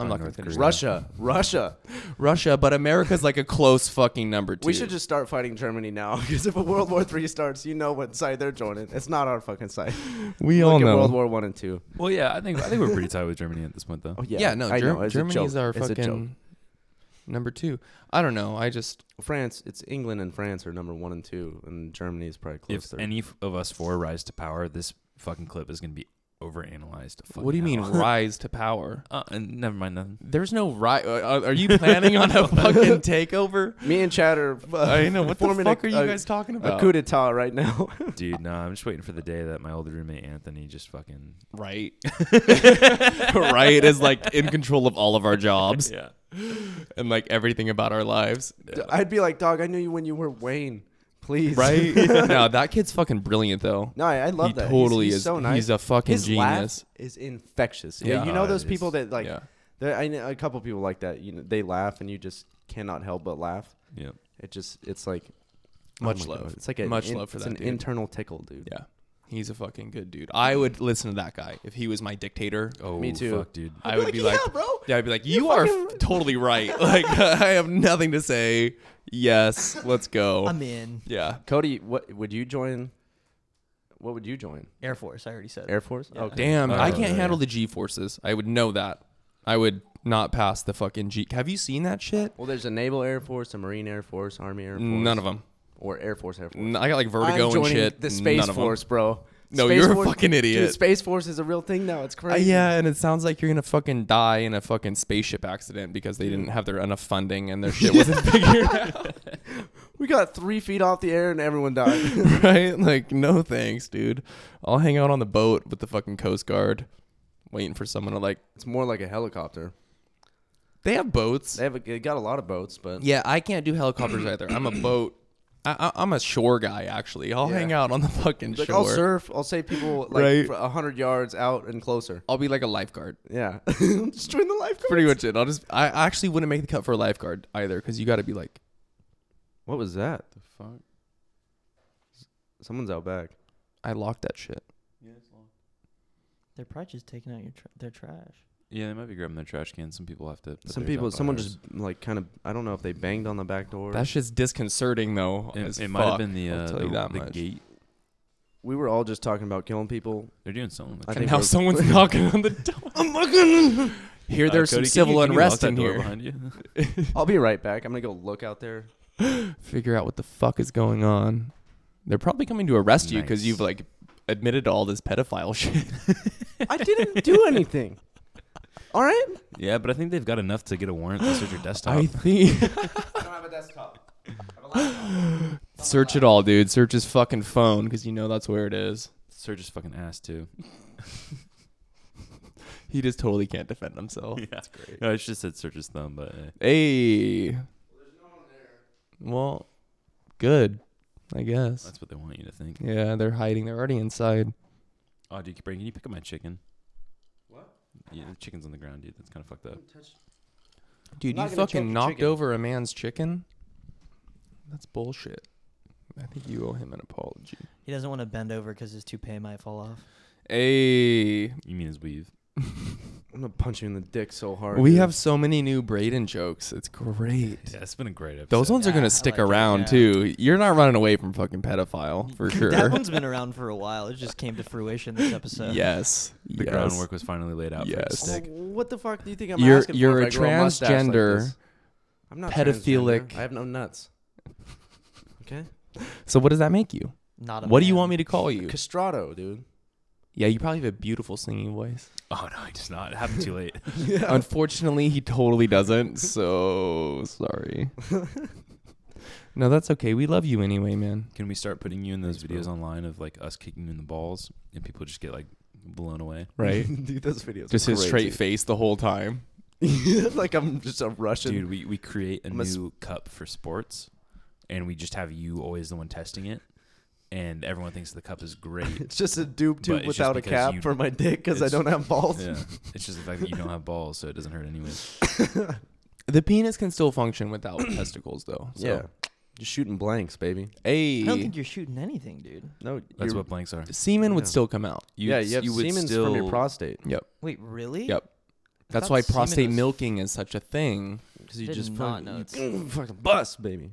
D: I'm
A: Probably
D: not going to
A: North
D: finish.
A: Korea.
B: Russia, Russia.
D: that. Russia, but America's like a close fucking number two.
B: We should just start fighting Germany now because if a World War Three starts, you know what side they're joining. It's not our fucking side.
D: We
B: Look
D: all
B: at
D: know.
B: World War One and Two.
A: Well, yeah, I think I think we're pretty tight with Germany at this point, though.
B: Oh yeah,
D: yeah, no,
B: I
D: Ger-
B: know, it's a
D: Germany's
B: joke.
D: our
B: It's a joke.
D: fucking number two. I don't know. I just
B: France. It's England and France are number one and two, and Germany is probably close
A: If
B: third.
A: any f- of us four rise to power, this fucking clip is gonna be overanalyzed. a
D: What do
A: fucking
D: you mean
A: hell.
D: rise to power?
A: Uh, and never mind nothing.
D: There's no right. Uh, are you planning on a fucking takeover?
B: Me and Chad are. uh,
D: I know. What the
B: forming
D: fuck
B: a,
D: are you
B: a-
D: guys talking
B: A
D: about?
B: coup d'état right now.
A: Dude, no, I'm just waiting for the day that my old roommate Anthony just fucking
D: right. right is like in control of all of our jobs
A: yeah.
D: and like everything about our lives.
B: I'd be like, dog, I knew you when you were Wayne. Please.
D: Right? no, that kid's fucking brilliant though.
B: No, I, I love
D: he
B: that. He's-
D: totally
B: he's,
D: is.
B: so nice.
D: He's a fucking
B: His
D: genius.
B: laugh is infectious.
D: Yeah.
B: Yeah, you know
A: Oh,
B: those
A: it
B: people
A: is.
B: that like.
D: yeah.
B: there- I know a couple people like that. You know, they laugh and you just cannot help but laugh.
A: Yeah.
B: It just, it's like oh
D: Much
B: my
D: love.
B: God, It's like a
D: Much
B: in-
D: love for
B: it's
D: that
B: an
D: dude.
B: internal tickle, dude.
D: Yeah. He's a fucking good dude. I would listen to that guy if he was my dictator.
A: Oh,
B: Me too.
A: fuck, dude.
D: I would be like,
B: bro.
D: yeah, I'd be like, you are f- totally right. Like, I have nothing to say. Yes, let's go.
C: I'm in
D: yeah.
B: Cody, what would you join? What would you join?
C: Air Force. I already said.
B: Air Force?
C: Yeah.
D: Damn,
A: Oh,
D: I can't
A: yeah.
D: handle the G forces. I would know that. I would not pass the fucking G. Have you seen that shit?
B: Well, there's a Naval Air Force, a Marine Air Force, Army Air Force.
D: None of them.
B: Or Air Force, Air Force.
D: I got like vertigo
B: I'm
D: and
B: joining
D: shit.
B: The Space
D: None of 'em.
B: Force, bro.
D: No,
B: Space
D: you're a
B: Force,
D: fucking
B: Dude,
D: idiot.
B: Space Force is a real thing now. It's
D: Uh,
B: crazy.
D: yeah, and it sounds like you're gonna fucking die in a fucking spaceship accident because they didn't have their enough funding and their shit wasn't figured out.
B: We got three feet off the air and everyone died.
D: Right? Like, no thanks, dude. I'll hang out on the boat with the fucking Coast Guard, waiting for someone to like.
B: it's more like a helicopter.
D: They have boats.
B: They have a, they got a lot of boats, but
D: Yeah, I can't do helicopters either. I'm a boat. I, I, I'm a shore guy, actually. I'll
B: Yeah.
D: hang out on the fucking
B: like
D: shore.
B: I'll surf. I'll save people like
D: Right.
B: for a hundred yards out and closer.
D: I'll be like a lifeguard.
B: Yeah, just join the lifeguard.
D: Pretty much it. I'll just. I I actually wouldn't make the cut for a lifeguard either because you got to be like.
B: What was that?
E: The fuck?
B: Someone's out back.
D: I locked that shit.
C: They're probably just taking out your tr their trash.
A: Yeah, they might be grabbing their trash cans. Some people have to. put
B: Some
A: theirs
B: people,
A: up on
B: someone
A: ours.
B: just like kind of. I don't know if they banged on the back door.
D: That shit's disconcerting though. as
A: It, it might have
D: fuck.
A: been the
D: I'll
A: uh,
D: tell
A: the,
D: you that
A: the
D: much.
A: gate.
B: we were all just talking about killing people.
A: They're doing something. With I
B: I
D: And
B: think
D: now
B: we're-
D: someone's knocking on the door. I'm fucking. Here,
A: Uh,
D: there's some civil unrest in here.
A: Behind you?
B: I'll be right back. I'm gonna go look out there.
D: Figure out what the fuck is going on. They're probably coming to arrest you because
A: Nice.
D: you've like admitted to all this pedophile shit.
B: I didn't do anything. All right.
A: yeah, but I think they've got enough to get a warrant to search your desktop.
D: I think.
B: I don't have a desktop. I have a laptop.
D: Search it all, dude. Search his fucking phone because you know that's where it is.
A: search his fucking ass too.
D: He just totally can't defend himself.
A: That's great. No, it's just said search his thumb, but eh.
D: Hey. Well, good, I guess.
A: that's what they want you to think.
D: Yeah, they're hiding. They're already inside.
A: Oh, dude, Brandon, can you pick up my chicken? What? Yeah, the chicken's on the ground, dude. That's kind of fucked up.
D: Dude,
B: not gonna
D: you
B: choke
D: fucking
B: your
D: knocked
B: chicken.
D: over a man's chicken? That's bullshit. I think you owe him an apology.
C: He doesn't want to bend over because his toupee might fall off.
D: Hey.
A: You mean his weave?
B: I'm gonna punch you in the dick so hard.
D: We
B: dude.
D: have so many new Braden jokes. It's great.
A: Yeah, it's been a great episode.
D: Those ones are
C: Yeah,
D: going
C: I
D: to stick
C: like it,
D: around,
C: yeah.
D: too. You're not running away from fucking pedophile, for sure.
C: that one's been around for a while. It just came to fruition this episode.
D: Yes.
A: The
D: yes.
A: groundwork was finally laid out for it to
D: Yes.
A: stick.
B: What the fuck do you think I'm
D: You're
B: asking for
D: you're a
B: if I grow a mustache like
D: transgender.
B: this? I'm not
D: pedophilic-
B: transgender. I have no nuts. Okay.
D: so what does that make you?
C: Not a
D: What do you
C: man.
D: want me to call you?
B: Castrato, dude.
D: Yeah, you probably have a beautiful singing voice.
A: Oh no, I just not. It happened too late.
D: Unfortunately, he totally doesn't. So sorry. no, that's okay. We love you anyway, man.
A: Can we start putting you in those
B: Thanks,
A: videos
B: bro.
A: online of like us kicking you in the balls and people just get like blown away?
D: Right?
B: dude, those videos.
D: Just
B: are
D: his straight
B: crazy.
D: face the whole time.
B: like I'm just a Russian.
A: Dude, we, we create a
B: I'm a sp-
A: new cup for sports and we just have you always the one testing it and everyone thinks the cup is great.
B: It's just a dupe
A: But
B: tube
A: it's just
B: without a
A: because
B: cap
A: you-
B: for my dick because I
A: it's-
B: don't have balls.
A: yeah. It's just the fact that you don't have balls, so it doesn't hurt anyways.
D: The penis can still function without testicles, though. So.
B: Just shooting blanks, baby.
D: Hey.
C: I don't think you're shooting anything, dude.
B: No,
A: That's
B: you're-
A: what blanks are.
D: semen would
B: Yeah.
D: still come out.
A: You,
B: yeah, you have
A: would
B: semen
A: still,
B: from your prostate
D: Yep.
C: Wait, really?
D: Yep.
C: I
D: That's
C: thought
D: why
C: semen
D: prostate
C: was-
D: milking is such a thing.
B: because you
C: Did
B: just fucking,
C: not know
B: you fucking bust, baby.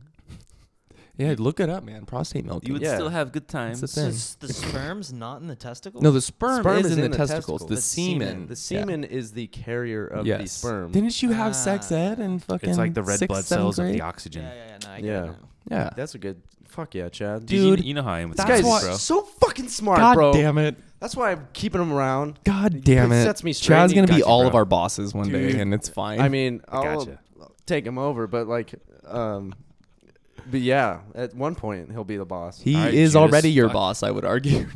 D: Yeah, look it up, man. Prostate milking.
A: You would
B: Yeah.
A: still have good time.
D: That's the
C: So
D: thing.
C: s- the sperm's not in the testicles.
D: No, the sperm, is, in, the, testicles. The,
B: The
D: semen.
C: semen.
B: The semen is the carrier of the sperm.
D: Didn't you have sex
C: Ah.
D: ed and fucking?
A: it's like the red
D: sixth,
A: blood
D: seventh
A: cells of the
D: grade?
A: oxygen.
C: Yeah, yeah, yeah. No, I get
B: Yeah.
C: it now.
D: Yeah.
B: That's a good. Fuck yeah, Chad.
A: Dude, you,
D: Dude,
A: you know how I am with
B: this
D: that's
A: this,
B: guy's
D: why-
A: bro.
B: so fucking smart,
D: God
B: bro.
D: damn it!
B: That's why I'm keeping them around.
D: God damn it.
B: sets me straight.
D: Chad's gonna be
A: Gotcha,
D: all
A: bro.
D: of our bosses one
B: Dude.
D: day, and it's fine.
B: I mean, I'll
A: Gotcha.
B: take him over, but like, um, but yeah, at one point he'll be the boss.
D: he
A: Alright,
D: is
A: Judas,
D: already your
A: fuck.
D: boss, I would argue.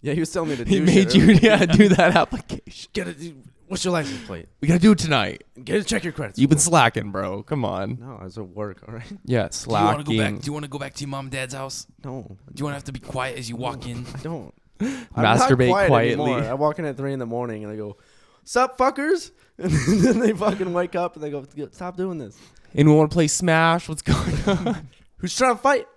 B: yeah, he was telling me to do.
D: he made
B: shit
D: you, yeah, do that application.
B: Get it. What's your license plate?
D: We gotta do it tonight.
B: Get it. Check your credits.
D: You've been slacking, bro. Come on.
B: No, I was at work. All right.
D: Yeah, slacking.
A: Do you want to go back? Do you want to go back to your mom and dad's house?
B: No,
A: Do you want to have to be quiet as you walk in?
B: I don't.
D: Masturbate quietly.
B: anymore. I walk in at three in the morning and I go, "Sup, fuckers," and then they fucking wake up and they go, "Stop doing this."
D: Anyone want to play Smash? What's going on?
B: Who's trying to fight?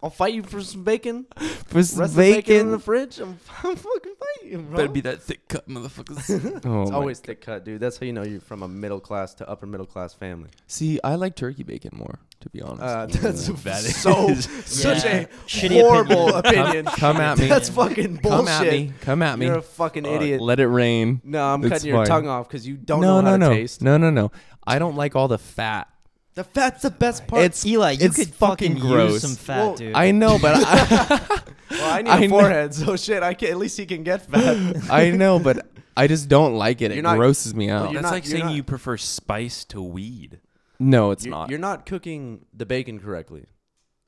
B: I'll fight you for some bacon.
D: For some
B: Rest bacon. bacon in
D: bacon.
B: the fridge. I'm, I'm fucking fighting, bro.
A: Better be that thick cut, motherfuckers.
D: Oh
B: it's
D: my-
B: always thick cut, dude. That's how you know you're from a middle class to upper middle class family.
D: See, I like turkey bacon more, to be honest.
B: Uh, that's
A: That
B: so
A: is-
B: such
C: Yeah.
B: a
C: Shitty
B: horrible
D: Come-
B: opinion.
D: Come at me.
B: That's fucking bullshit.
D: Come at me. Come at me.
B: You're a fucking
D: Uh,
B: idiot.
D: let it rain.
B: no, I'm
D: it's
B: cutting your
D: fine.
B: tongue off because you don't
D: no,
B: know how
D: no,
B: to
D: no,
B: taste.
D: no, no, no. I don't like all the fat.
B: The fat's the best part.
D: It's-
C: Eli, you
D: it's
C: could
D: fucking
C: fucking
D: gross.
C: use some fat,
B: Well,
C: dude.
D: I know, but I,
B: well, I need
D: I
B: a
D: kn-
B: forehead, so shit. I can at least he can get fat.
D: I know, but I just don't like it. It
B: You're not-
D: grosses me
B: Well,
D: out.
B: you're
A: That's
B: not-
A: like
B: you're
A: saying
B: not-
A: you prefer spice to weed.
D: no, it's
B: you're,
D: not.
B: You're not cooking the bacon correctly,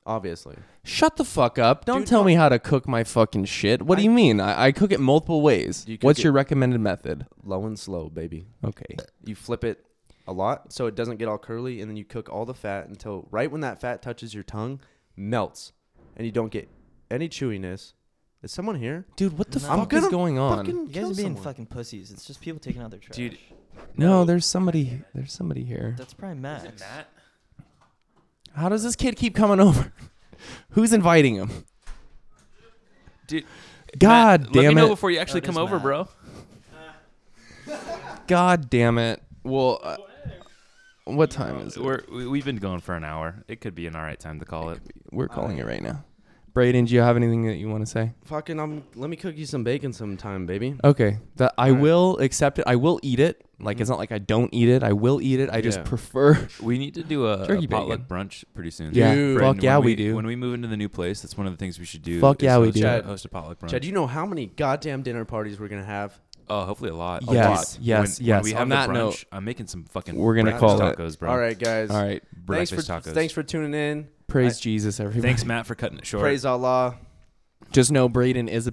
B: obviously.
D: Shut the fuck up! Don't
B: Dude,
D: tell
B: no.
D: me how to cook my fucking shit. What do
B: I-
D: you mean? I, I cook it multiple ways.
B: You cook
D: What's
B: it-
D: your recommended method?
B: Low and slow, baby.
D: Okay.
B: You flip it a lot so it doesn't get all curly, and then you cook all the fat until right when that fat touches your tongue, melts, and you don't get any chewiness. Is someone here?
D: Dude, what the
C: No.
B: I'm
D: fuck is
B: gonna
D: going on?
B: Fucking
C: you guys
B: kill
C: are being
B: someone.
C: fucking pussies. It's just people taking out their trash.
A: Dude.
D: No, there's somebody. There's somebody here.
C: That's probably Max.
D: How does this kid keep coming over? Who's inviting him?
A: Dude,
D: God
A: Matt,
D: damn
A: let me
D: it!
A: know before you actually
C: it
A: come
C: is
A: over,
C: Matt.
A: bro.
D: God damn it! Well, uh, what time is it?
A: We're, we- we've been going for an hour. It could be an all right time to call it.
D: We're calling it right now. Braden, do you have anything that you want to say?
B: Fucking, um, let me cook you some bacon sometime, baby.
D: Okay, that
B: All
D: I
B: right. Mm-hmm.
D: will accept it. I will eat it. Like it's not like I don't eat it. I will eat it. I just
B: Yeah.
D: prefer.
A: We need to do a,
D: Turkey
A: a potluck
D: bacon.
A: brunch pretty soon.
D: Yeah,
B: Dude.
A: Brendan,
D: fuck yeah,
A: when
D: we, do.
A: When we move into the new place, that's one of the things we should do.
D: Fuck
A: is
D: yeah, we
A: host
D: do.
A: A,
B: Chad-
A: host a potluck brunch.
B: Chad, you know how many goddamn dinner parties we're gonna have?
A: oh, hopefully a lot.
D: Yes,
A: a lot.
D: yes,
A: when, When
D: yes.
A: we
D: On
A: have
D: that
A: the brunch,
D: note,
A: I'm making some fucking.
D: we're gonna
A: breakfast
D: call it.
A: tacos, bro.
B: All right, guys.
D: All right,
B: Thanks for
A: breakfast tacos.
B: thanks for tuning in.
D: praise Jesus, everybody.
A: Thanks, Matt, for cutting it short.
B: Praise Allah.
D: Just know Braden is a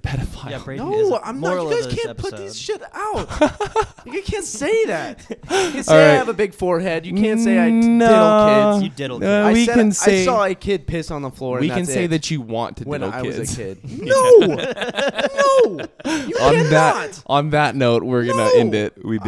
D: pedophile.
C: Yeah, Brayden is
B: No,
C: a-
B: I'm
C: moral
B: not. You
C: of
B: guys
C: this
B: can't put these
C: episode.
B: shit out. you can't say that. You can't say I
D: right.
B: have a big forehead. You can't say I t-
D: No.
B: diddle
C: You
B: kids.
C: diddled.
D: No.
C: me.
B: I
D: Uh, we
B: said
D: can
B: I-
D: say-
B: I saw a kid piss on the floor.
D: we
B: and
D: can
B: that's
D: say
B: it.
D: that you want to
B: when
D: diddle
B: I
D: kids.
B: was a kid. No, no, you
D: on
B: cannot.
D: that on that note, we're gonna
B: No.
D: end it.
A: We